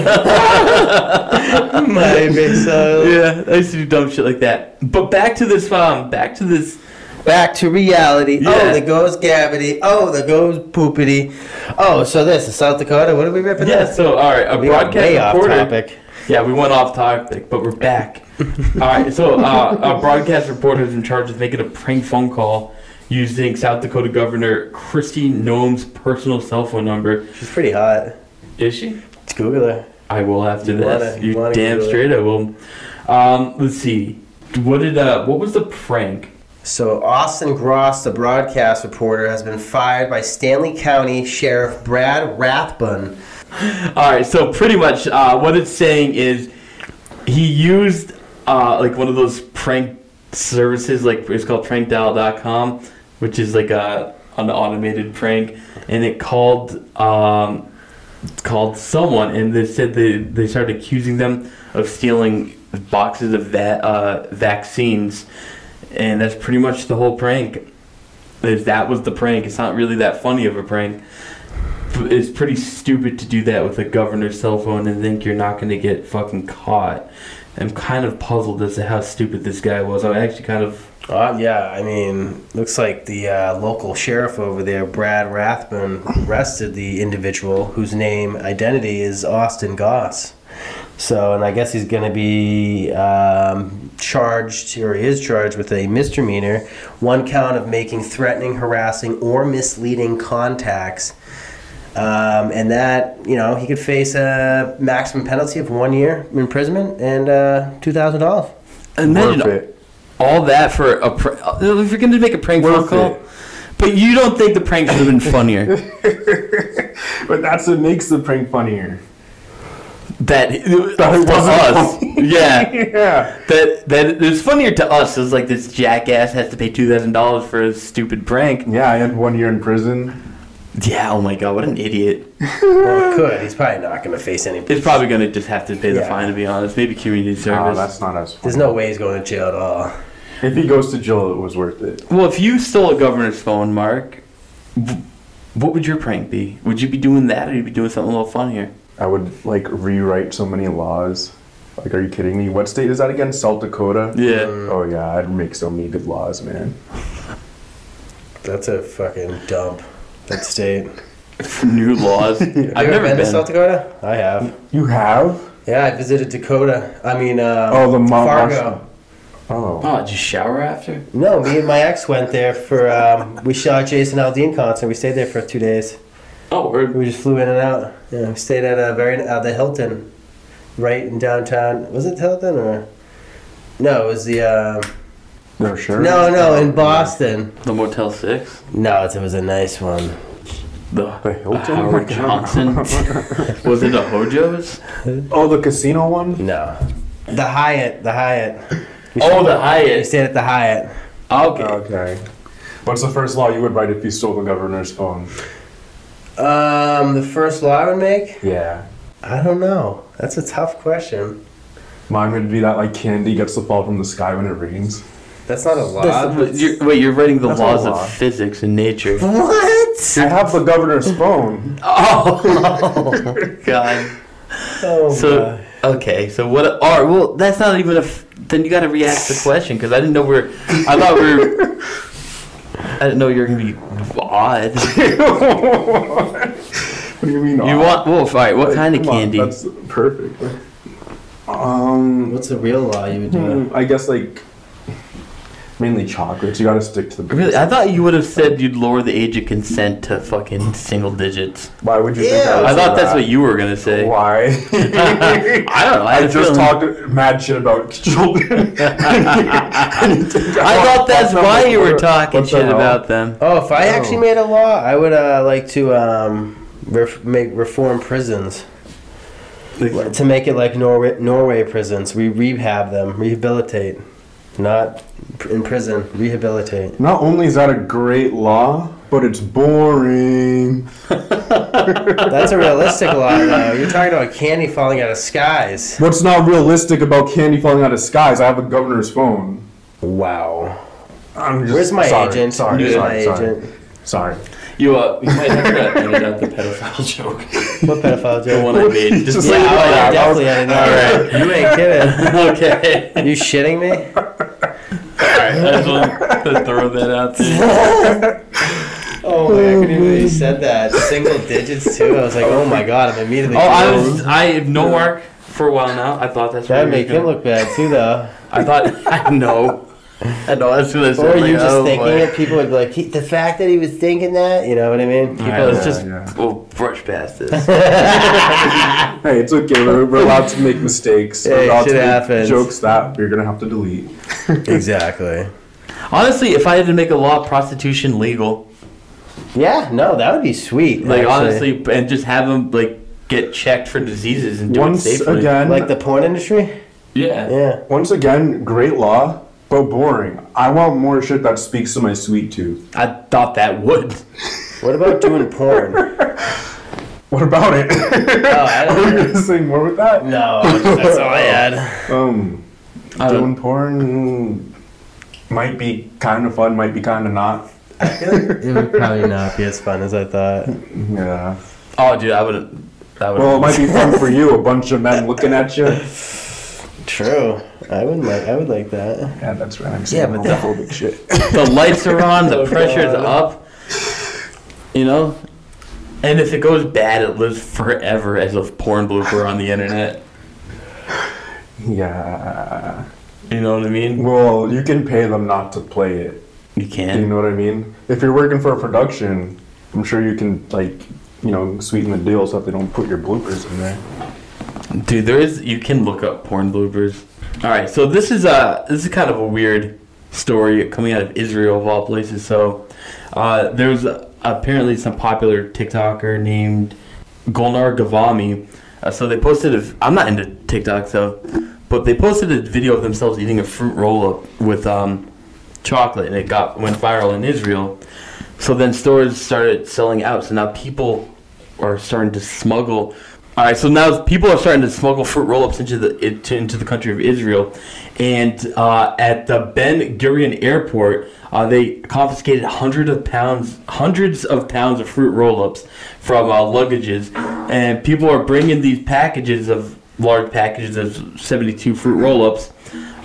S1: baseball.
S2: yeah, I used to do dumb shit like that. But back to this, um, back to this.
S1: Back to reality. Oh,
S2: Yeah.
S1: there goes Gabity. Oh, there goes Poopity. Oh, so this is South Dakota. What are we ripping
S2: Yeah, so all right, a
S1: We got
S2: broadcast
S1: way off
S2: reporter.
S1: topic.
S2: Yeah, we went off topic, but we're back. all right, so uh, a broadcast reporter is in charge of making a prank phone call using South Dakota Governor Christy Noem's personal cell phone number.
S1: She's pretty hot.
S2: Is she?
S1: Let's Google her.
S2: I will after
S1: You
S2: this.
S1: wanna- you
S2: you
S1: wanna
S2: damn
S1: do it.
S2: straight I will. Um, let's see. What did uh what was the prank?
S1: So Austin Gross, the broadcast reporter, has been fired by Stanley County Sheriff Brad Rathbun.
S2: Alright, so pretty much uh, what it's saying is he used uh, like one of those prank services, like it's called prankdial.com, which is like a an automated prank, and it called um, called someone, and they said they they started accusing them of stealing boxes of va- uh, vaccines, and that's pretty much the whole prank. Is that was the prank? It's not really that funny of a prank. It's pretty stupid to do that with a governor's cell phone and think you're not going to get fucking caught. I'm kind of puzzled as to how stupid this guy was. I'm actually kind of
S1: Uh, yeah, I mean, looks like the uh, local sheriff over there, Brad Rathbun, arrested the individual whose name identity is Austin Goss. So, and I guess he's going to be um, charged, or he is charged with a misdemeanor, one count of making threatening, harassing, or misleading contacts. Um, and that, you know, he could face a maximum penalty of one year imprisonment and uh, $2,000.
S3: Worth it.
S2: all that for a pr- uh, if you're going to make a prank phone
S3: Worth
S2: call.
S3: it.
S2: But you don't think the prank should have been funnier?
S3: But that's what makes the prank funnier.
S2: that
S3: That
S2: for
S3: it wasn't
S2: us,
S3: funny.
S2: yeah.
S3: Yeah.
S2: That that it's funnier to us is like this jackass has to pay two thousand dollars for a stupid prank.
S3: Yeah, I had one year in prison. Ah,
S2: Yeah. Oh my god, what an idiot.
S1: Well, could. He's probably not going to face any
S2: It's probably going to just have to pay the
S1: Yeah.
S2: fine, to be honest. Maybe community
S3: Oh,
S2: service.
S3: that's not as
S1: There's
S3: funny.
S1: no way he's going to jail at all.
S3: If he goes to jail, it was worth it.
S2: well, if you stole a governor's phone, Mark, w- what would your prank be? Would you be doing that, or you'd be doing something a little funnier?
S3: I would like rewrite so many laws. Like, are you kidding me? What state is that again? South Dakota?
S2: Yeah.
S3: Oh yeah, I'd make so many good laws, man.
S1: That's a fucking dump. That state.
S2: New laws. I've
S1: You
S2: never been.
S1: to South Dakota? I have.
S3: You have?
S1: Yeah, I visited Dakota. I mean, uh,
S3: Oh, the Mount
S1: Fargo.
S3: Rushmore. Oh.
S2: Oh, did you shower after?
S1: No, me and my ex went there for. Um, we shot Jason Aldean concert. We stayed there for two days.
S2: Oh, or
S1: We just flew in and out. Yeah, we stayed at a very uh, the Hilton, right in downtown. Was it Hilton or? No, it was the. Um,
S3: No, sure.
S1: no, no, in Boston.
S2: the Motel Six.
S1: No, it was a nice one.
S2: The,
S3: The Hilton?
S2: Howard Johnson. was it a Hojo's?
S3: Oh, the casino one?
S1: No, the Hyatt. The Hyatt. We
S2: Oh,
S1: stayed-
S2: the
S1: We
S2: Hyatt.
S1: stayed at the Hyatt.
S2: Okay.
S3: Oh, Okay. What's the first law you would write if you stole the governor's phone?
S1: Um, the first law I would make?
S3: Yeah.
S1: I don't know. That's a tough question.
S3: Mine would be that like candy gets to fall from the sky when it rains.
S1: Uh, That's not a
S2: That's,
S1: lot.
S2: but you're, wait, you're writing the
S3: That's a
S2: laws
S3: law.
S2: of physics and nature.
S1: What?
S3: I have the governor's phone.
S2: Oh God.
S1: Oh,
S2: So okay, so what? All right, well, that's not even a. F- then you got to react to the question because I didn't know we're. I thought we were. I didn't know you were gonna be odd.
S3: what do you mean?
S2: You want? Well, all right. What
S3: Like,
S2: kind of
S3: come on,
S2: candy?
S3: that's perfect. Um,
S1: what's a real law you would do?
S3: hmm, I guess like mainly chocolates. You gotta stick to the.
S2: Really, I thought you would have said you'd lower the age of consent to fucking single digits.
S3: Why would you think
S1: Ew.
S3: that?
S2: I thought that's what you were gonna say.
S3: Why?
S2: I don't know. I,
S3: I
S2: had a
S3: just
S2: feeling.
S3: talked mad shit about children.
S2: I thought that's why you were talking
S3: What the
S2: shit
S3: hell?
S2: about them.
S1: Oh, if I
S3: Oh.
S1: actually made a law, I would uh, like to um, ref- make reform prisons to make it like Norway, Norway prisons. We rehab them, rehabilitate, not pr- in prison. Rehabilitate.
S3: Not only is that a great law, but it's boring.
S1: That's a realistic law, though. You're talking about candy falling out of skies.
S3: What's not realistic about candy falling out of skies? I have a governor's phone.
S1: Wow.
S3: I'm just,
S1: Where's my
S3: sorry,
S1: agent?
S3: Sorry,
S2: Where's
S3: sorry,
S1: my
S3: sorry,
S1: agent?
S3: sorry.
S2: You uh, you might have to edit out the pedophile joke.
S1: What pedophile
S2: The
S1: joke?
S2: one I made. Just
S1: Yeah,
S2: leave it
S1: oh,
S2: like
S1: yeah,
S2: that.
S1: definitely. I know. You ain't kidding.
S2: okay.
S1: You shitting me?
S2: Alright, I just wanted to throw that out there.
S1: Oh my! I couldn't believe you said that. Single digits too. I was like, oh my god! I'm immediately.
S2: Oh, I was I have no mark for a while now. I thought that's
S1: That'd
S2: where you
S1: make him
S2: were
S1: look bad too, though.
S2: going. I thought I know. I know that's what I said.
S1: Or
S2: like,
S1: you just
S2: oh,
S1: thinking
S2: boy.
S1: it, people would be like, he, the fact that he was thinking that, you know what I mean? People,
S2: All right, let's
S3: Yeah,
S2: just
S3: yeah.
S2: we'll brush past this.
S3: Hey, it's okay. We're, we're allowed to make mistakes.
S1: Hey,
S3: we're allowed
S1: shit
S3: to make
S1: happens.
S3: jokes that you're gonna have to delete.
S1: exactly.
S2: Honestly, if I had to make a law, prostitution legal,
S1: Yeah, no, that would be sweet.
S2: like
S1: actually.
S2: honestly, and just have them like get checked for diseases and do
S3: Once
S2: it safely.
S3: again,
S1: like the porn industry.
S2: yeah.
S1: Yeah.
S3: once again, great law, but boring. I want more shit that speaks to my sweet tooth.
S2: I thought that would.
S1: What about doing porn? Oh,
S3: What about it?
S2: Oh,
S1: I
S3: Are we
S1: don't
S3: gonna say more with that?
S1: know. No, that's all I had.
S3: Um,
S2: I don't-
S3: doing porn might be kind of fun, might be kind of not.
S1: It would probably not be as fun as I thought.
S3: Yeah.
S2: Oh, dude, I wouldn't. That would.
S3: Well, it might be fun for you, a bunch of men looking at you.
S1: True. I would like. I would like that.
S3: Yeah, that's right. I'm
S1: Yeah, but the-
S3: homophobic shit.
S2: the lights are on, the
S1: Oh,
S2: pressure's
S1: God.
S2: up. You know? And if it goes bad, it lives forever as a porn blooper on the internet.
S3: Yeah.
S2: You know what I mean?
S3: Well, you can pay them not to play it.
S2: You
S3: You
S2: can.
S3: know what I mean? If you're working for a production, I'm sure you can like, you know, sweeten the deal so that they don't put your bloopers in there.
S2: Dude, there is you can look up porn bloopers. Alright, so this is a this is kind of a weird story coming out of Israel of all places. So uh, there was apparently some popular TikToker named Golnar Gavami. Uh, so they posted a. I'm not into TikTok, so. But they posted a video of themselves eating a fruit roll up with um, chocolate, and it got went viral in Israel. So then stores started selling out. So now people are starting to smuggle. All right, so now people are starting to smuggle fruit roll-ups into the into, into the country of Israel, and uh, at the Ben Gurion Airport, uh, they confiscated hundreds of pounds hundreds of pounds of fruit roll-ups from uh, luggages, and people are bringing these packages of large packages of seventy-two fruit roll-ups,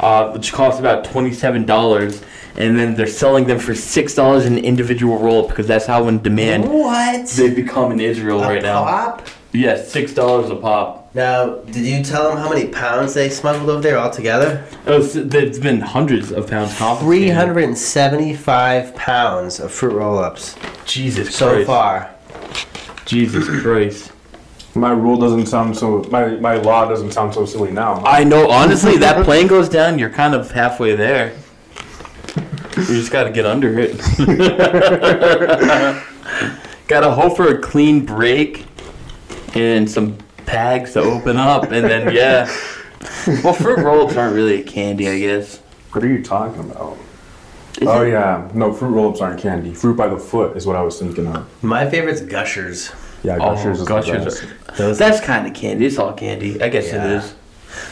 S2: uh, which cost about twenty-seven dollars, and then they're selling them for six dollars an individual roll-up because that's how in demand
S1: What?
S2: they've become in Israel right now.
S1: Pop?
S2: Yes, six dollars a pop.
S1: Now, did you tell them how many pounds they smuggled over there altogether?
S2: It was, there's Oh, been hundreds of pounds. confiscated.
S1: 375 pounds of fruit roll ups
S2: Jesus
S1: so
S2: Christ.
S1: far.
S2: Jesus Christ.
S3: My rule doesn't sound so. My my law doesn't sound so silly now.
S2: I know. Honestly, that plane goes down. You're kind of halfway there. You just got to get under it. got to hope for a clean break and some bags to open up, and then yeah. Well, fruit roll-ups aren't really a candy, I guess.
S3: What are you talking about? oh yeah, no, fruit roll-ups aren't candy. Fruit by the foot is what I was thinking of.
S1: My favorite's Gushers.
S3: Yeah,
S2: Oh,
S3: Gushers is the
S2: Gushers
S3: best.
S2: are-
S1: Those-
S2: That's kind of candy. It's all candy. I guess
S1: Yeah.
S2: it is.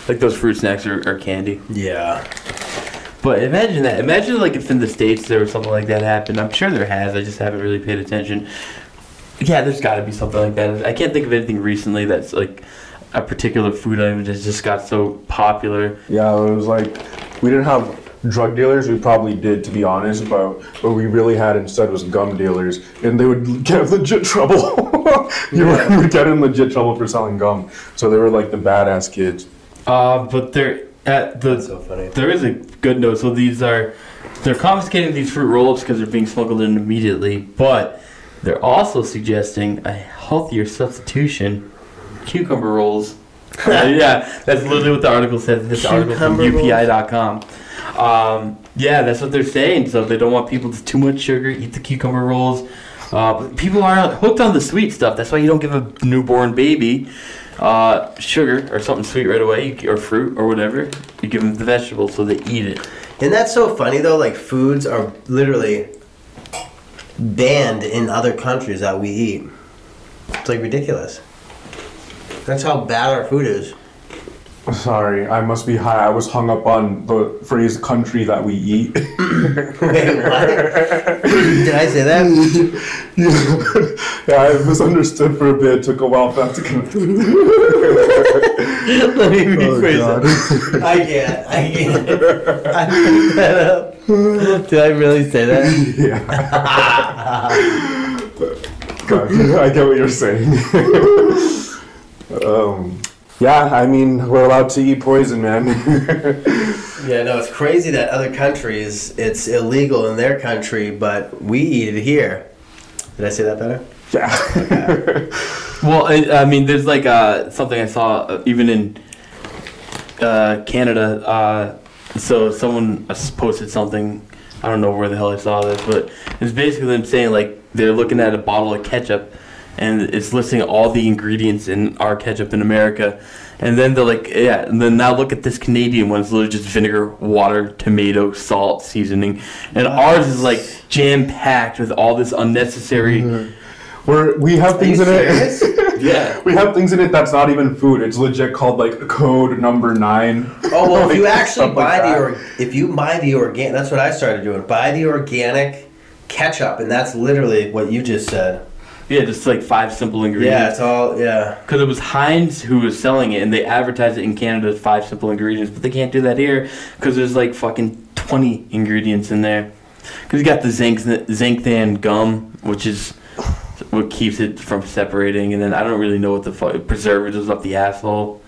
S2: Like those fruit snacks are, are candy.
S1: Yeah.
S2: But imagine that. Imagine like if in the states there was something like that happened. I'm sure there has. I just haven't really paid attention. Yeah, there's got to be something like that. I can't think of anything recently that's like a particular food item that just got so popular.
S3: Yeah, it was like we didn't have drug dealers. We probably did, to be honest. But what we really had instead was gum dealers, and they would get legit trouble. you would- you would get in legit trouble for selling gum. So they were like the badass kids.
S2: Uh, but there at the
S1: so funny.
S2: there is a good note. So these are they're confiscating these fruit roll-ups because they're being smuggled in immediately, but they're also suggesting a healthier substitution: cucumber rolls. Uh, yeah, that's literally what the article says. This article from
S1: Cucumber rolls.
S2: UPI.com. Um, yeah, that's what they're saying. So they don't want people to too much sugar. Eat the cucumber rolls. Uh, but people are hooked on the sweet stuff. That's why you don't give a newborn baby uh, sugar or something sweet right away, you- or fruit or whatever. You give them the vegetables so they eat it.
S1: And that's so funny though. Like foods are literally banned in other countries that we eat. It's like ridiculous. That's how bad our food is.
S3: Sorry, I must be high. I was hung up on the phrase "country that we eat."
S1: Wait, what? Did I say that?
S3: yeah, I misunderstood for a bit. It took a while for that to connect.
S2: Let me
S1: Oh,
S2: rephrase that.
S1: I can't. I can't. I messed that up. Did I really say that?
S3: Yeah. God, I get what you're saying. um, yeah, I mean, we're allowed to eat poison, man.
S1: Yeah, no, it's crazy that other countries, it's illegal in their country, but we eat it here. Did I say that better?
S3: yeah.
S2: Well, I, I mean, there's like uh, something I saw uh, even in uh, Canada. Uh, so someone uh, s- posted something. I don't know where the hell I saw this, but it's basically them saying like they're looking at a bottle of ketchup, and it's listing all the ingredients in our ketchup in America, and then they're like, yeah, and then now look at this Canadian one. It's literally just vinegar, water, tomato, salt, seasoning, and ours is like jam packed with all this unnecessary.
S3: We're, we have
S1: Are you
S3: things in it.
S1: serious?
S2: Yeah.
S3: We have things in it that's not even food. It's legit called like code number nine.
S1: Oh well, if you
S3: Like,
S1: actually
S3: stuff like
S1: buy the
S3: that.
S1: or, if you buy the organic, that's what I started doing. Buy the organic ketchup, and that's literally what you just said.
S2: Yeah, just like five simple
S1: Yeah,
S2: ingredients.
S1: it's all yeah.
S2: Because it was Heinz who was selling it, and they advertise it in Canada as five simple ingredients, but they can't do that here because there's like fucking 20 ingredients in there. Because you got the zinc, Zancthan gum, which is what keeps it from separating, and then I don't really know what the fuck, preservatives up the asshole,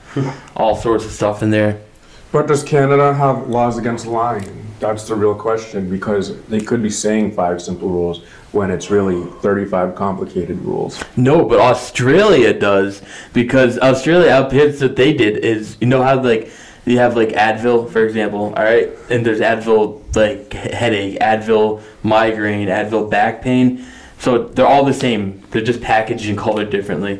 S2: all sorts of stuff in there.
S3: But does Canada have laws against lying? That's the real question because they could be saying five simple rules when it's really 35 complicated rules.
S2: No, but Australia does because Australia outpits what they did is you know how like you have like Advil for example, all right, and there's Advil like he- headache, Advil migraine, Advil back pain. So they're all the same. They're just packaged and colored differently.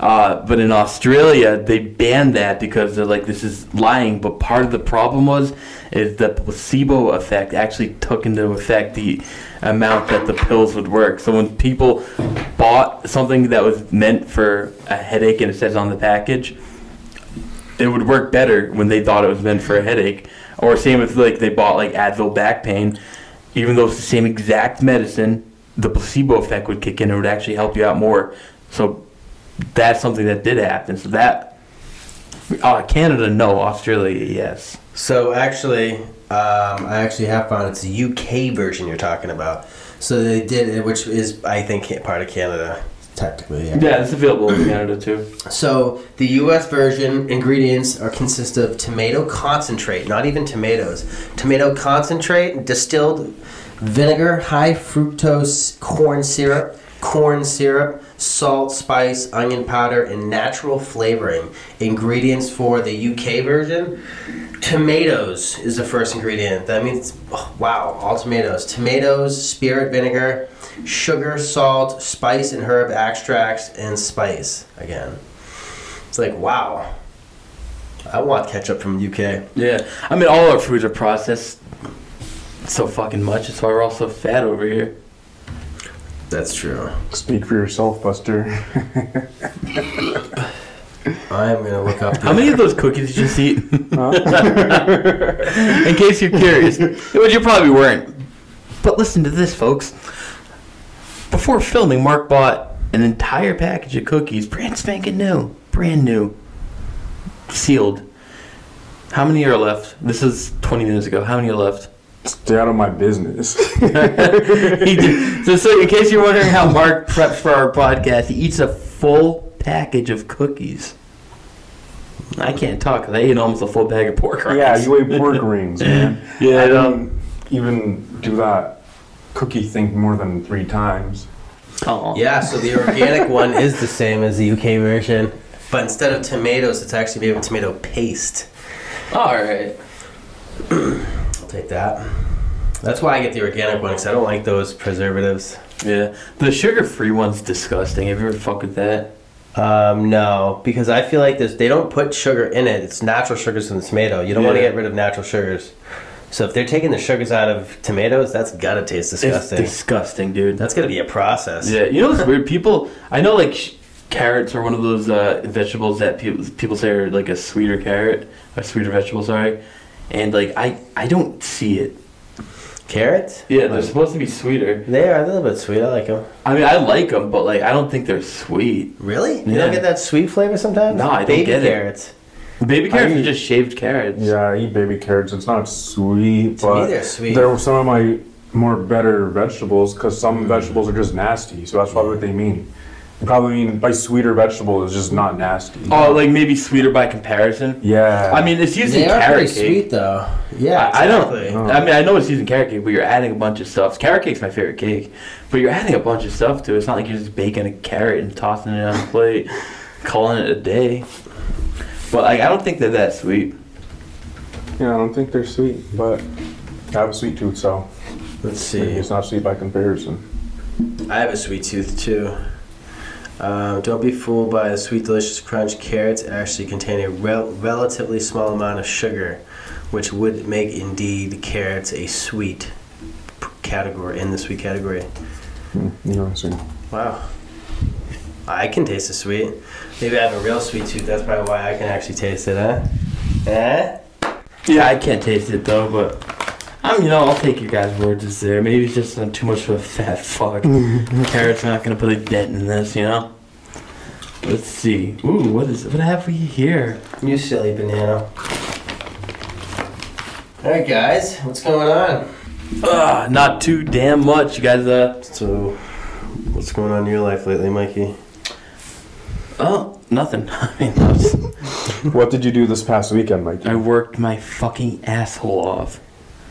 S2: Uh, but in Australia, they banned that because they're like, this is lying. But part of the problem was is the placebo effect actually took into effect the amount that the pills would work. So when people bought something that was meant for a headache and it says on the package, it would work better when they thought it was meant for a headache. Or same if like they bought like Advil back pain, even though it's the same exact medicine, the placebo effect would kick in. It would actually help you out more. So that's something that did happen. So that uh, Canada, no, Australia, yes.
S1: So actually, um, I actually have found it's the UK version you're talking about. So they did it, which is I think part of Canada technically. Yeah.
S2: Yeah, it's available in Canada too.
S1: So the U.S. version ingredients are consist of tomato concentrate, not even tomatoes. Tomato concentrate, distilled vinegar, high fructose corn syrup, corn syrup, salt, spice, onion powder, and natural flavoring. Ingredients for the U.K. version. Tomatoes is the first ingredient. That means, oh, wow, all tomatoes. Tomatoes, spirit vinegar, sugar, salt, spice, and herb extracts, and spice again. It's like, wow. I want ketchup from UK.
S2: Yeah, I mean all our foods are processed so fucking much. That's why we're all so fat over here.
S1: That's true.
S3: Speak for yourself, Buster.
S1: I'm gonna look up.
S2: How many of those cookies did you just eat? In case you're curious, which you probably weren't. But listen to this, folks. Before filming, Mark bought an entire package of cookies, brand spanking new, brand new, sealed. How many are left? This is 20 minutes ago. How many are left?
S3: Stay out of my business.
S2: He did- so, so in case you're wondering how Mark preps for our podcast, he eats a full package of cookies. I can't talk 'cause I ate almost a full bag of pork rinds.
S3: yeah, you ate pork rings, man.
S2: Yeah, I
S3: I
S2: know.
S3: don't even do that cookie thing more than three times.
S2: Aw.
S1: Yeah, so the organic one is the same as the UK version, but instead of tomatoes, it's actually made with tomato paste.
S2: All right.
S1: I'll take that. That's why I get the organic one because I don't like those preservatives.
S2: Yeah, the sugar-free one's disgusting. Have you ever fucked with that?
S1: Um, no, because I feel like this. They don't put sugar in it. It's natural sugars in the tomato. You don't want to
S2: Yeah.
S1: get rid of natural sugars. So if they're taking the sugars out of tomatoes, that's gotta taste disgusting.
S2: It's disgusting, dude.
S1: that's gonna be a process.
S2: Yeah, you know what's weird? People, I know like sh- carrots are one of those uh, vegetables that people people say are like a sweeter carrot, a sweeter vegetable, sorry. And like I, I don't see it.
S1: Carrots?
S2: Yeah, they're supposed to be sweeter.
S1: They are a little bit sweet. I like them.
S2: I mean, I like them, but like I don't think they're sweet.
S1: Really? You
S2: Yeah.
S1: don't get that sweet flavor sometimes?
S2: No, I don't
S1: Baby
S2: get it.
S1: carrots.
S2: Baby carrots
S3: I-
S2: are just shaved carrots.
S3: Yeah, I eat baby carrots. It's not sweet,
S1: me,
S3: but
S1: they're sweet.
S3: they're some of my more better vegetables because some vegetables are just nasty. So that's probably what they mean. They probably mean by sweeter vegetable is just not nasty.
S2: Oh, like maybe sweeter by comparison.
S3: yeah.
S2: I mean, it's usually carrot cake.
S1: though. Yeah,
S2: I I
S3: Oh.
S2: don't. I mean, I know it's using carrot cake, but you're adding a bunch of stuff. Carrot cake's my favorite cake, but you're adding a bunch of stuff to it. It's not like you're just baking a carrot and tossing it on a plate, calling it a day. But like, I don't think they're that sweet.
S3: yeah, I don't think they're sweet, but I have a sweet tooth, so
S1: Let's
S3: maybe
S1: see.
S3: it's not sweet by comparison.
S1: I have a sweet tooth too. Um, don't be fooled by the sweet, delicious crunch. Carrots actually contain a rel- relatively small amount of sugar, which would make indeed carrots a sweet p- category in the sweet category.
S3: Mm, You know, so
S1: Wow. I can taste the sweet. Maybe I have a real sweet tooth. That's probably why I can actually taste it, huh? Eh?
S2: Yeah, I can't taste it though, but I'm. You know, I'll take your guys' words as there. Maybe it's just I'm too much of a fat fuck. Carrot's not gonna put a dent in this, you know. Let's see. Ooh, what is? What have we here?
S1: You silly banana. Alright, guys, what's going on?
S2: Ugh, not too damn much, you guys. Uh,
S1: So, what's going on in your life lately, Mikey?
S2: Oh, nothing. I mean, I, was-
S3: what did you do this past weekend, Mike?
S2: I worked my fucking asshole off.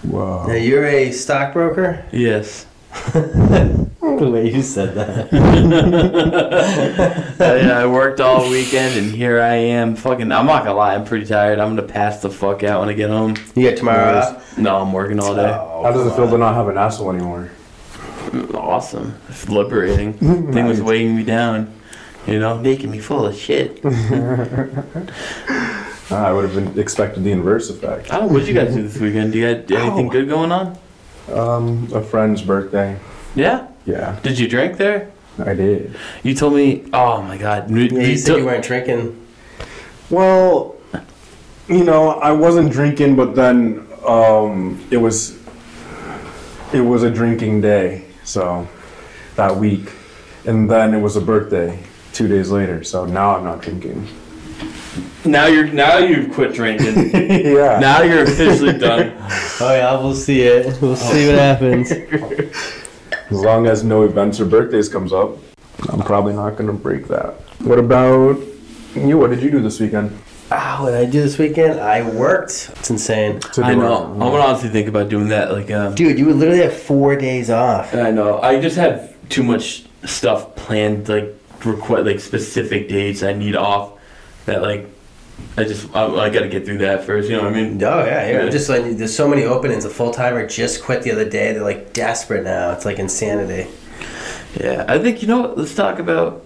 S3: Wow.
S1: Now, you're a stockbroker?
S2: Yes.
S1: the way you said that.
S2: Uh,
S1: Oh,
S2: yeah, I worked all weekend, and here I am. Fucking, I'm not gonna lie. I'm pretty tired. I'm gonna pass the fuck out when I get home.
S1: You get tomorrow off?
S2: No, I'm working all day.
S1: Oh,
S3: How does it
S1: come
S3: feel to
S1: on.
S3: not have an asshole anymore?
S2: Awesome. It's liberating. Thing was weighing me down. You know, making me full of shit. I
S3: Ah, I would have been expected the inverse effect.
S2: don't. What you guys do this weekend? Do you
S1: Oh.
S2: got anything good going on?
S3: Um, a friend's birthday.
S2: Yeah.
S3: Yeah,
S2: Did you drink there?
S3: I did.
S2: You told me. Oh my god.
S1: Yeah, you said you weren't drinking.
S3: Well, you know, I wasn't drinking, but then um, it was it was a drinking day. So that week, and then it was a birthday two days later. So now I'm not drinking.
S2: Now you're. Now you've quit drinking.
S3: yeah.
S2: Now you're officially done.
S1: Oh, yeah, we'll see it. We'll see what happens.
S3: As long as no events or birthdays comes up, I'm probably not gonna break that. What about you? What did you do this weekend?
S1: Ah, what did I do this weekend? I worked. It's insane.
S3: To
S2: I
S3: do
S2: know.
S3: what?
S2: I'm gonna honestly think about doing that. Like, um,
S1: Dude, you would literally have four days off.
S2: I know. I just have too much stuff planned. Like, request like specific dates I need off. That like, I just I, I gotta get through that first. You know what I mean?
S1: Oh yeah, yeah.
S2: Yeah.
S1: Just like there's so many openings. A full timer just quit the other day. They're like desperate now. It's like insanity.
S2: Yeah. I think you know. what? Let's talk about.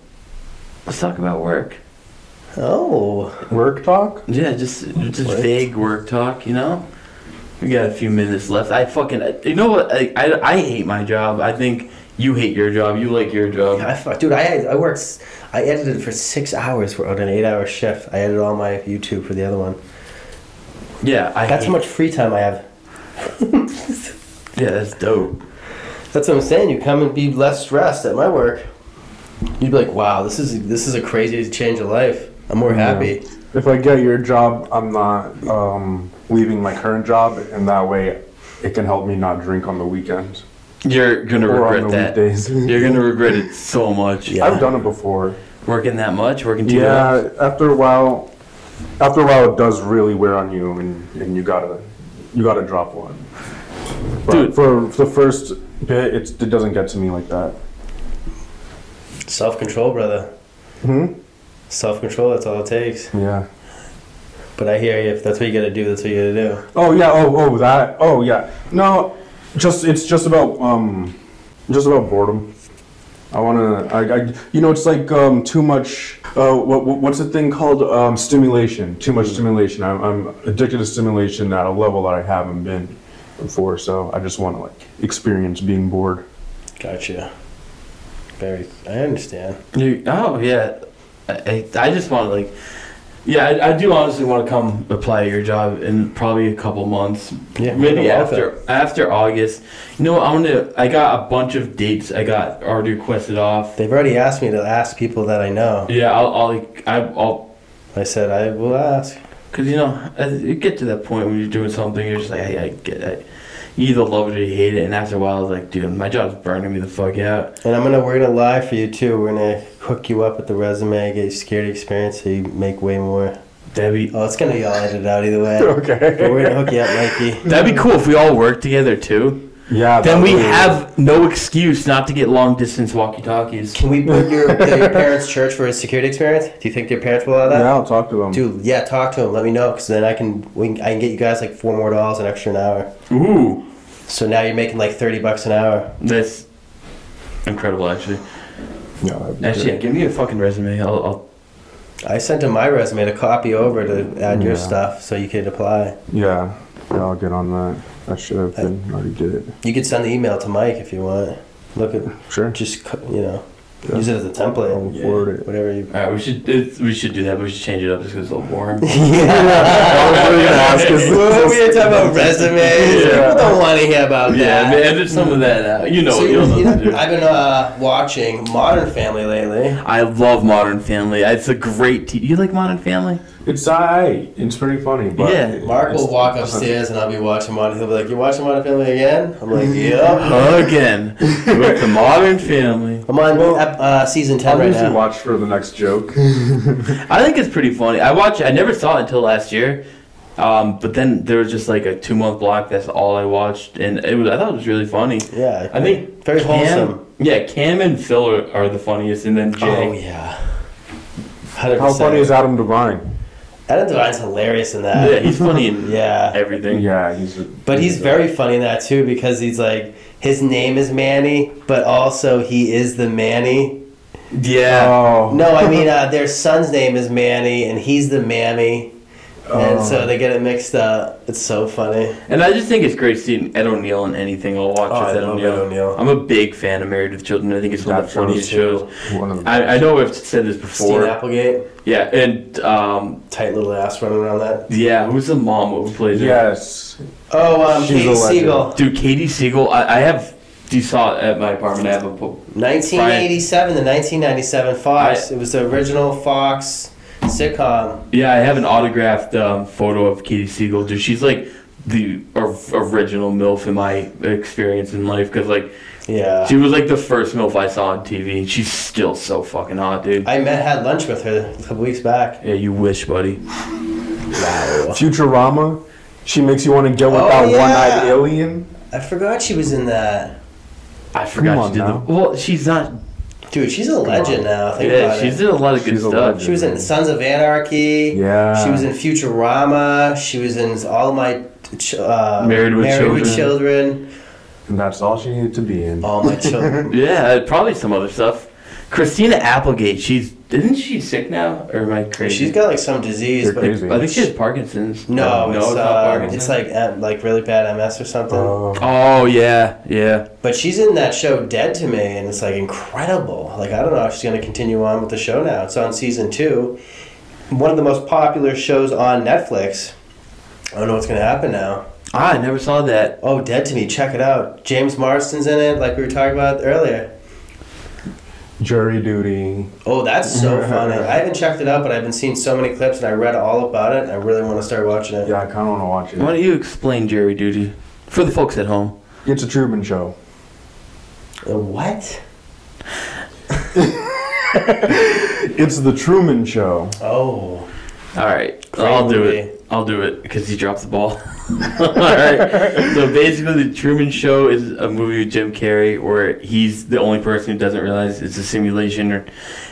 S2: Let's talk about work.
S1: Oh,
S3: Work talk?
S2: Yeah, just just
S1: What?
S2: vague work talk, you know. We got a few minutes left. I fucking you know what? I, I, I hate my job. I think You hate your job. You like your job.
S1: I, fuck- dude, I I worked. s- I edited for six hours for on an eight-hour shift. I edited all my YouTube for the other one.
S2: Yeah, I.
S1: That's
S2: hate-
S1: how much free time I have.
S2: Yeah, that's dope.
S1: That's what I'm saying. You come and be less stressed at my work. You'd be like, "Wow, this is this is a crazy change of life. I'm more happy."
S3: If I get your job, I'm not um, leaving my current job, and that way, it can help me not drink on the weekends
S2: You're gonna
S3: or on
S2: regret
S3: the
S2: that.
S3: weekdays.
S2: You're gonna regret it so much.
S1: Yeah.
S3: I've done it before.
S2: Working that much, working too much.
S3: Yeah, after a while, after a while, it does really wear on you, and, and you gotta you gotta drop one. But
S2: Dude.
S3: for, for the first bit, it's, it doesn't get to me like that.
S1: Self control, brother.
S3: Hmm.
S1: Self control. That's all it takes.
S3: Yeah.
S1: But I hear you. If that's what you gotta do, that's what you gotta do.
S3: Oh yeah. Oh oh that. Oh yeah. No, just it's just about um, just about boredom. I wanna. I, I you know it's like um too much. Uh, what what- what's the thing called? Um, stimulation. Too much stimulation. I'm I'm addicted to stimulation at a level that I haven't been before. So I just wanna like experience being bored.
S1: Gotcha. Very. I understand.
S2: You, oh yeah. I, I I just want to like. Yeah, I, I do honestly want to come apply at your job in probably a couple months.
S1: Yeah,
S2: maybe
S1: I love
S2: after after August. You know, I'm gonna. I got a bunch of dates I got already requested off.
S1: They've already asked me to ask people that I know.
S2: Yeah, I'll I'll, I- I'll
S1: I said I will ask.
S2: Cause you know, as you get to that point when you're doing something, you're just like, hey, I get it. You either love it or you hate it, and after a while, it's like, dude, my job's burning me the fuck out.
S1: And I'm gonna we're gonna lie for you too. We're gonna hook you up with the resume, get you security experience, so you make way more.
S2: That'd be
S1: Oh, it's gonna be all edited out either way. But
S3: Okay.
S1: we're gonna hook you up, Mikey.
S2: that'd be cool if we all worked together too.
S3: Yeah.
S2: Then
S3: that
S2: we
S3: would-
S2: have no excuse not to get long distance walkie talkies.
S1: Can we book your, your parents' church for a security experience? Do you think your parents will allow that?
S3: Yeah, I'll talk to them.
S1: Dude, yeah, talk to them. Let me know, cause then I can we can, I can get you guys like four more dollars an extra an hour.
S2: Ooh,
S1: So now you're making like thirty bucks an hour.
S2: that's incredible, actually.
S3: Yeah, that'd be
S2: Actually, yeah,
S3: good.
S2: give me a fucking resume. I'll, I'll
S1: I sent him my resume to copy over to add your
S3: Yeah.
S1: stuff so you could apply.
S3: yeah. Yeah, I'll get on that. I should have been already did it.
S1: You could send the email to Mike if you want. Look at
S3: Sure.
S1: just co- you know
S3: Yeah.
S1: use it as a template.
S3: I'll forward it.
S1: Whatever you.
S2: all right. We should it's, we should do that. but We should change it up just 'cause it's a little boring.
S3: I was
S1: Yeah.
S3: really gonna ask, is
S1: Well,
S3: this-
S1: we were talking about resumes.
S2: Yeah.
S1: People don't want to hear about
S2: yeah,
S1: that.
S2: man, edit some of that out. You know,
S1: So,
S2: what you'll know
S1: you
S2: what to do.
S1: know, I've been uh, watching Modern Family lately.
S2: I love Modern Family. It's a great. T- you like Modern Family?
S3: It's alright. It's pretty funny. But
S2: Yeah.
S1: Mark will walk upstairs and I'll be watching Modern. He'll be like, "You watching Modern Family again?" I'm like,
S2: Mm-hmm.
S1: "Yep."
S2: Again with the Modern Family.
S1: I'm on ep- uh, season ten
S3: I'll
S1: right
S3: usually
S1: now.
S3: watch for the next joke.
S2: I think it's pretty funny. I watched. I never saw it until last year, um, but then there was just like a two month block. That's all I watched, and it was. I thought it was really funny.
S1: Yeah,
S2: I think
S1: very
S2: Cam-
S1: wholesome.
S2: Yeah, Cam and Phil are, are the funniest, and then Jay.
S1: Oh yeah. 100%.
S3: How funny is Adam Devine?
S1: Adam Devine's hilarious in that.
S2: yeah, he's funny in
S1: Yeah.
S2: everything.
S3: Yeah, he's. A,
S1: But he's very funny in that too because he's like his name is Manny, but also he is the Manny.
S2: Yeah.
S3: Oh
S1: No, I mean uh, their son's name is Manny and he's the Mammy, and
S3: Oh.
S1: so they get it mixed up. It's so funny.
S2: and I just think it's great seeing Ed O'Neill in anything. I'll watch
S1: Oh,
S2: with
S1: I
S2: Ed
S1: love Ed
S2: O'Neill.
S1: O'Neill.
S2: I'm a big fan of Married with Children. I think it's one of the
S3: That show's
S2: funniest
S3: cool.
S2: shows.
S3: One of the,
S2: I, I know I've said this before.
S1: Steve Applegate,
S2: Yeah, and um,
S1: tight little ass running around that.
S2: yeah, who's the mom who plays it?
S3: yes.
S1: Oh, um,
S3: She's
S1: Katie
S3: a legend.
S1: Siegel,
S2: Dude, Katie Siegel. I, I have. You saw it at my apartment. I have a book.
S1: 1987 to 1997 Fox. it was the original Fox sitcom.
S2: Yeah, I have an autographed um, photo of Katie Siegel. Dude, she's like the or- original MILF in my experience in life because like
S1: Yeah,
S2: she was like the first MILF I saw on TV, and she's still so fucking hot, dude.
S1: I met had lunch with her a couple weeks back.
S2: Yeah, you wish, buddy.
S1: Wow.
S3: Futurama. She makes you want to get with
S1: Oh,
S3: that
S1: yeah.
S3: one-eyed alien.
S1: I forgot she was in that.
S2: I forgot
S3: on
S2: she did
S3: now.
S2: the. Well, she's not.
S1: Dude, she's a legend now. Think
S2: Yeah,
S1: about
S2: she
S1: it.
S2: did a lot of good
S3: She's a
S2: stuff.
S3: legend.
S1: She was in Sons of Anarchy.
S3: Yeah.
S1: She was in Futurama. She was in all my ch- uh,
S2: Married with
S1: Children.
S3: And that's all she needed to be in.
S1: All my children.
S2: Yeah, probably some other stuff. Christina Applegate, she's Isn't she sick now, or am I crazy?
S1: She's got like some disease,
S3: You're
S1: but
S3: crazy.
S2: I think she has Parkinson's.
S1: no, it's,
S2: not
S1: uh, it's like uh, like really bad MS or something.
S3: Um,
S2: Oh yeah, yeah.
S1: But she's in that show Dead to Me, and it's like incredible. Like I don't know if she's gonna continue on with the show now. It's on season two, one of the most popular shows on Netflix. I don't know what's gonna happen now.
S2: Ah, I never saw that.
S1: Oh, Dead to Me, check it out. James Marston's in it, like we were talking about earlier.
S3: jury duty.
S1: Oh, that's so funny. I haven't checked it out, but I've been seeing so many clips, and I read all about it. And I really want to start watching it.
S3: Yeah, I kind of want to
S2: Why
S3: watch
S2: don't you explain jury duty for the folks at home?
S3: it. It's a Truman show.
S1: Uh, What?
S3: It's the Truman Show.
S1: Oh,
S2: All right,
S1: Great
S2: I'll do
S1: movie.
S2: it. I'll do it because he dropped the ball. All right. So basically, the Truman Show is a movie with Jim Carrey where he's the only person who doesn't realize it's a simulation, or,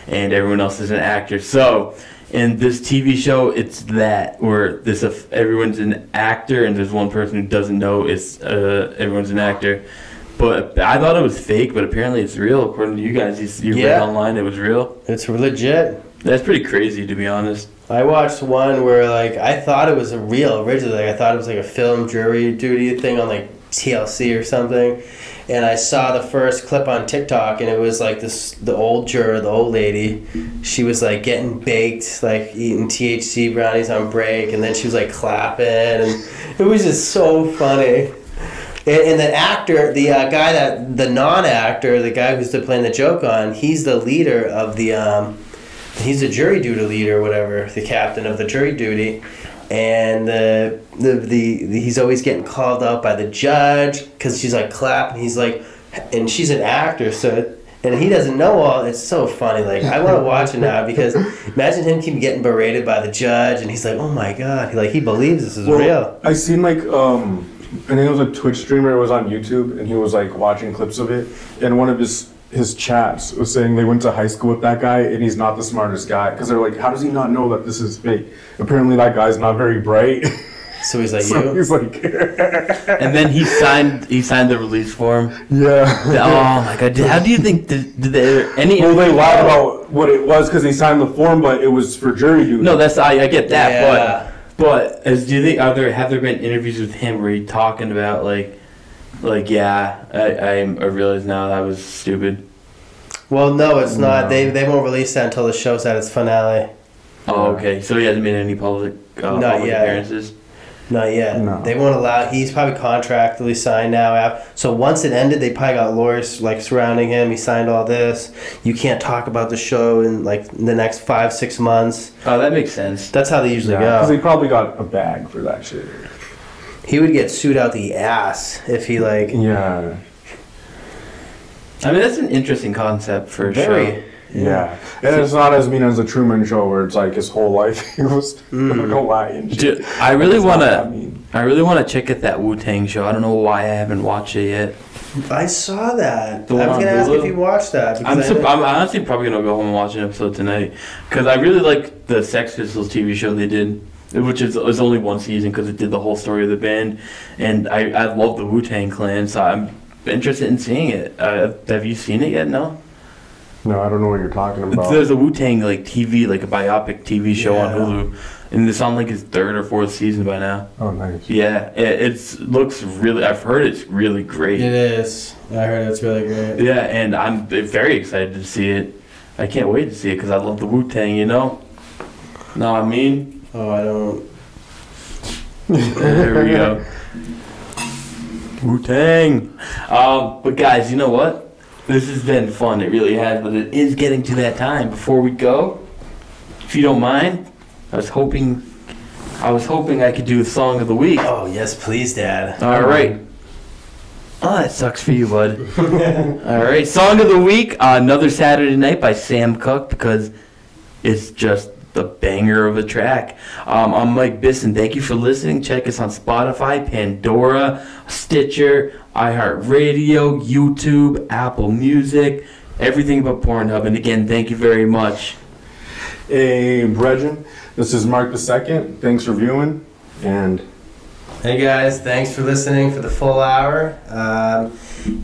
S2: and everyone else is an actor. So in this TV show, it's that where this if everyone's an actor and there's one person who doesn't know it's uh, everyone's an actor. But I thought it was fake, but apparently it's real. According to you guys, you, you read
S1: Yeah.
S2: online it was real.
S1: it's legit.
S2: That's pretty crazy, to be honest.
S1: I watched one where like I thought it was a real originally. Like I thought it was like a film jury duty thing on like TLC or something. And I saw the first clip on TikTok, and it was like this the old juror, the old lady. She was like getting baked, like eating THC brownies on break, and then she was like clapping, and it was just so funny. And, and the actor, the uh, guy that the non-actor, the guy who's playing the joke on, he's the leader of the. Um, he's a jury duty leader, or whatever, the captain of the jury duty, and the the, the, the he's always getting called out by the judge because she's like clapping. He's like, and she's an actor, so. And he doesn't know all. It's so funny. Like I want to watch it now because imagine him keep getting berated by the judge, and he's like, "Oh my god!" He, like he believes this is real.
S3: I seen like um, I think it was a Twitch streamer. It was on YouTube, and he was like watching clips of it. And one of his his chats was saying they went to high school with that guy, and he's not the smartest guy because they're like, how does he not know that this is fake? Apparently, that guy's not very bright.
S1: So he's like,
S3: so
S1: "You."
S3: he's like,
S2: And then he signed he signed the release form.
S3: yeah.
S2: Oh my god! Did- How do you think did, did there any?
S3: Well, they lied about what it was because they signed the form, but it was for jury duty.
S2: No, that's I, I get that,
S1: Yeah.
S2: but but as do you think are there have there been interviews with him where he's talking about like like yeah I I, I realize now that I was stupid.
S1: Well, no, it's not. They they won't release that until the show's at its finale.
S2: Oh, okay. So he hasn't made any public uh,
S1: Not
S2: public
S1: yet.
S2: appearances.
S1: Not yet.
S3: No.
S1: They won't allow. He's probably contractually signed now. af- So once it ended, they probably got lawyers like surrounding him. He signed all this. You can't talk about the show in like the next five six months.
S2: Oh, that makes sense.
S1: That's how they usually
S3: because
S1: go.
S3: they probably got a bag for that shit.
S1: He would get sued out the ass if he like.
S3: Yeah.
S2: I mean, that's an interesting concept for a show.
S1: Very.
S3: Yeah, and it's not as mean as the Truman Show, where it's like his whole life he was a lion.
S2: Dude, I Mm. really
S3: It's not
S2: wanna
S3: that mean.
S2: I really wanna check out that Wu Tang show. I don't know why I haven't watched it yet.
S1: I saw that.
S2: The
S1: I
S2: one
S1: was
S2: on
S1: gonna ask
S2: Hulu?
S1: if you watched that.
S2: I'm,
S1: because I
S2: sup-
S1: know-
S2: I'm honestly probably gonna go home and watch an episode tonight because I really like the Sex Pistols TV show they did, which is is only one season because it did the whole story of the band, and I I love the Wu Tang Clan, so I'm interested in seeing it. Uh, have you seen it yet? No.
S3: No, I don't know what you're talking
S2: It's-
S3: about.
S2: There's a Wu Tang like TV like a biopic TV show
S1: Yeah.
S2: on Hulu, and it's on like his third or fourth season by now.
S3: oh, nice.
S2: Yeah, it it's, looks really. I've heard it's really great.
S1: It is. I heard it's really great.
S2: Yeah, and I'm very excited to see it. I can't wait to see it because I love the Wu Tang, you know? No, I mean?
S1: Oh, I don't.
S2: There we go. Wu Tang! Um, but guys, you know what? This has been fun, it really has, but it is getting to that time. Before we go, if you don't mind, I was hoping. I was hoping I could do the song of the week.
S1: Oh yes, please, Dad.
S2: All right. Oh, that Um, sucks for you, bud. All right, song of the week, uh, another Saturday night by Sam Cooke because it's just the banger of a track. Um, I'm Mike Bisson. Thank you for listening. Check us on Spotify, Pandora, Stitcher, iHeartRadio, YouTube, Apple Music, everything but Pornhub. And again, thank you very much.
S3: Hey, Bredgen, this is Mark the Second. Thanks for viewing, and
S1: Hey guys, thanks for listening for the full hour. Um,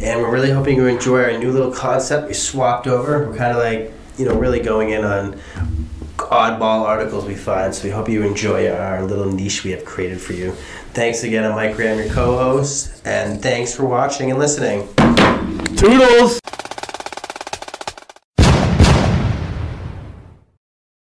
S1: and we're really hoping you enjoy our new little concept we swapped over. We're kind of like you know, really going in on oddball articles we find. So we hope you enjoy our little niche we have created for you. Thanks again, I'm Mike Graham, your co-host, and thanks for watching and listening.
S2: Toodles!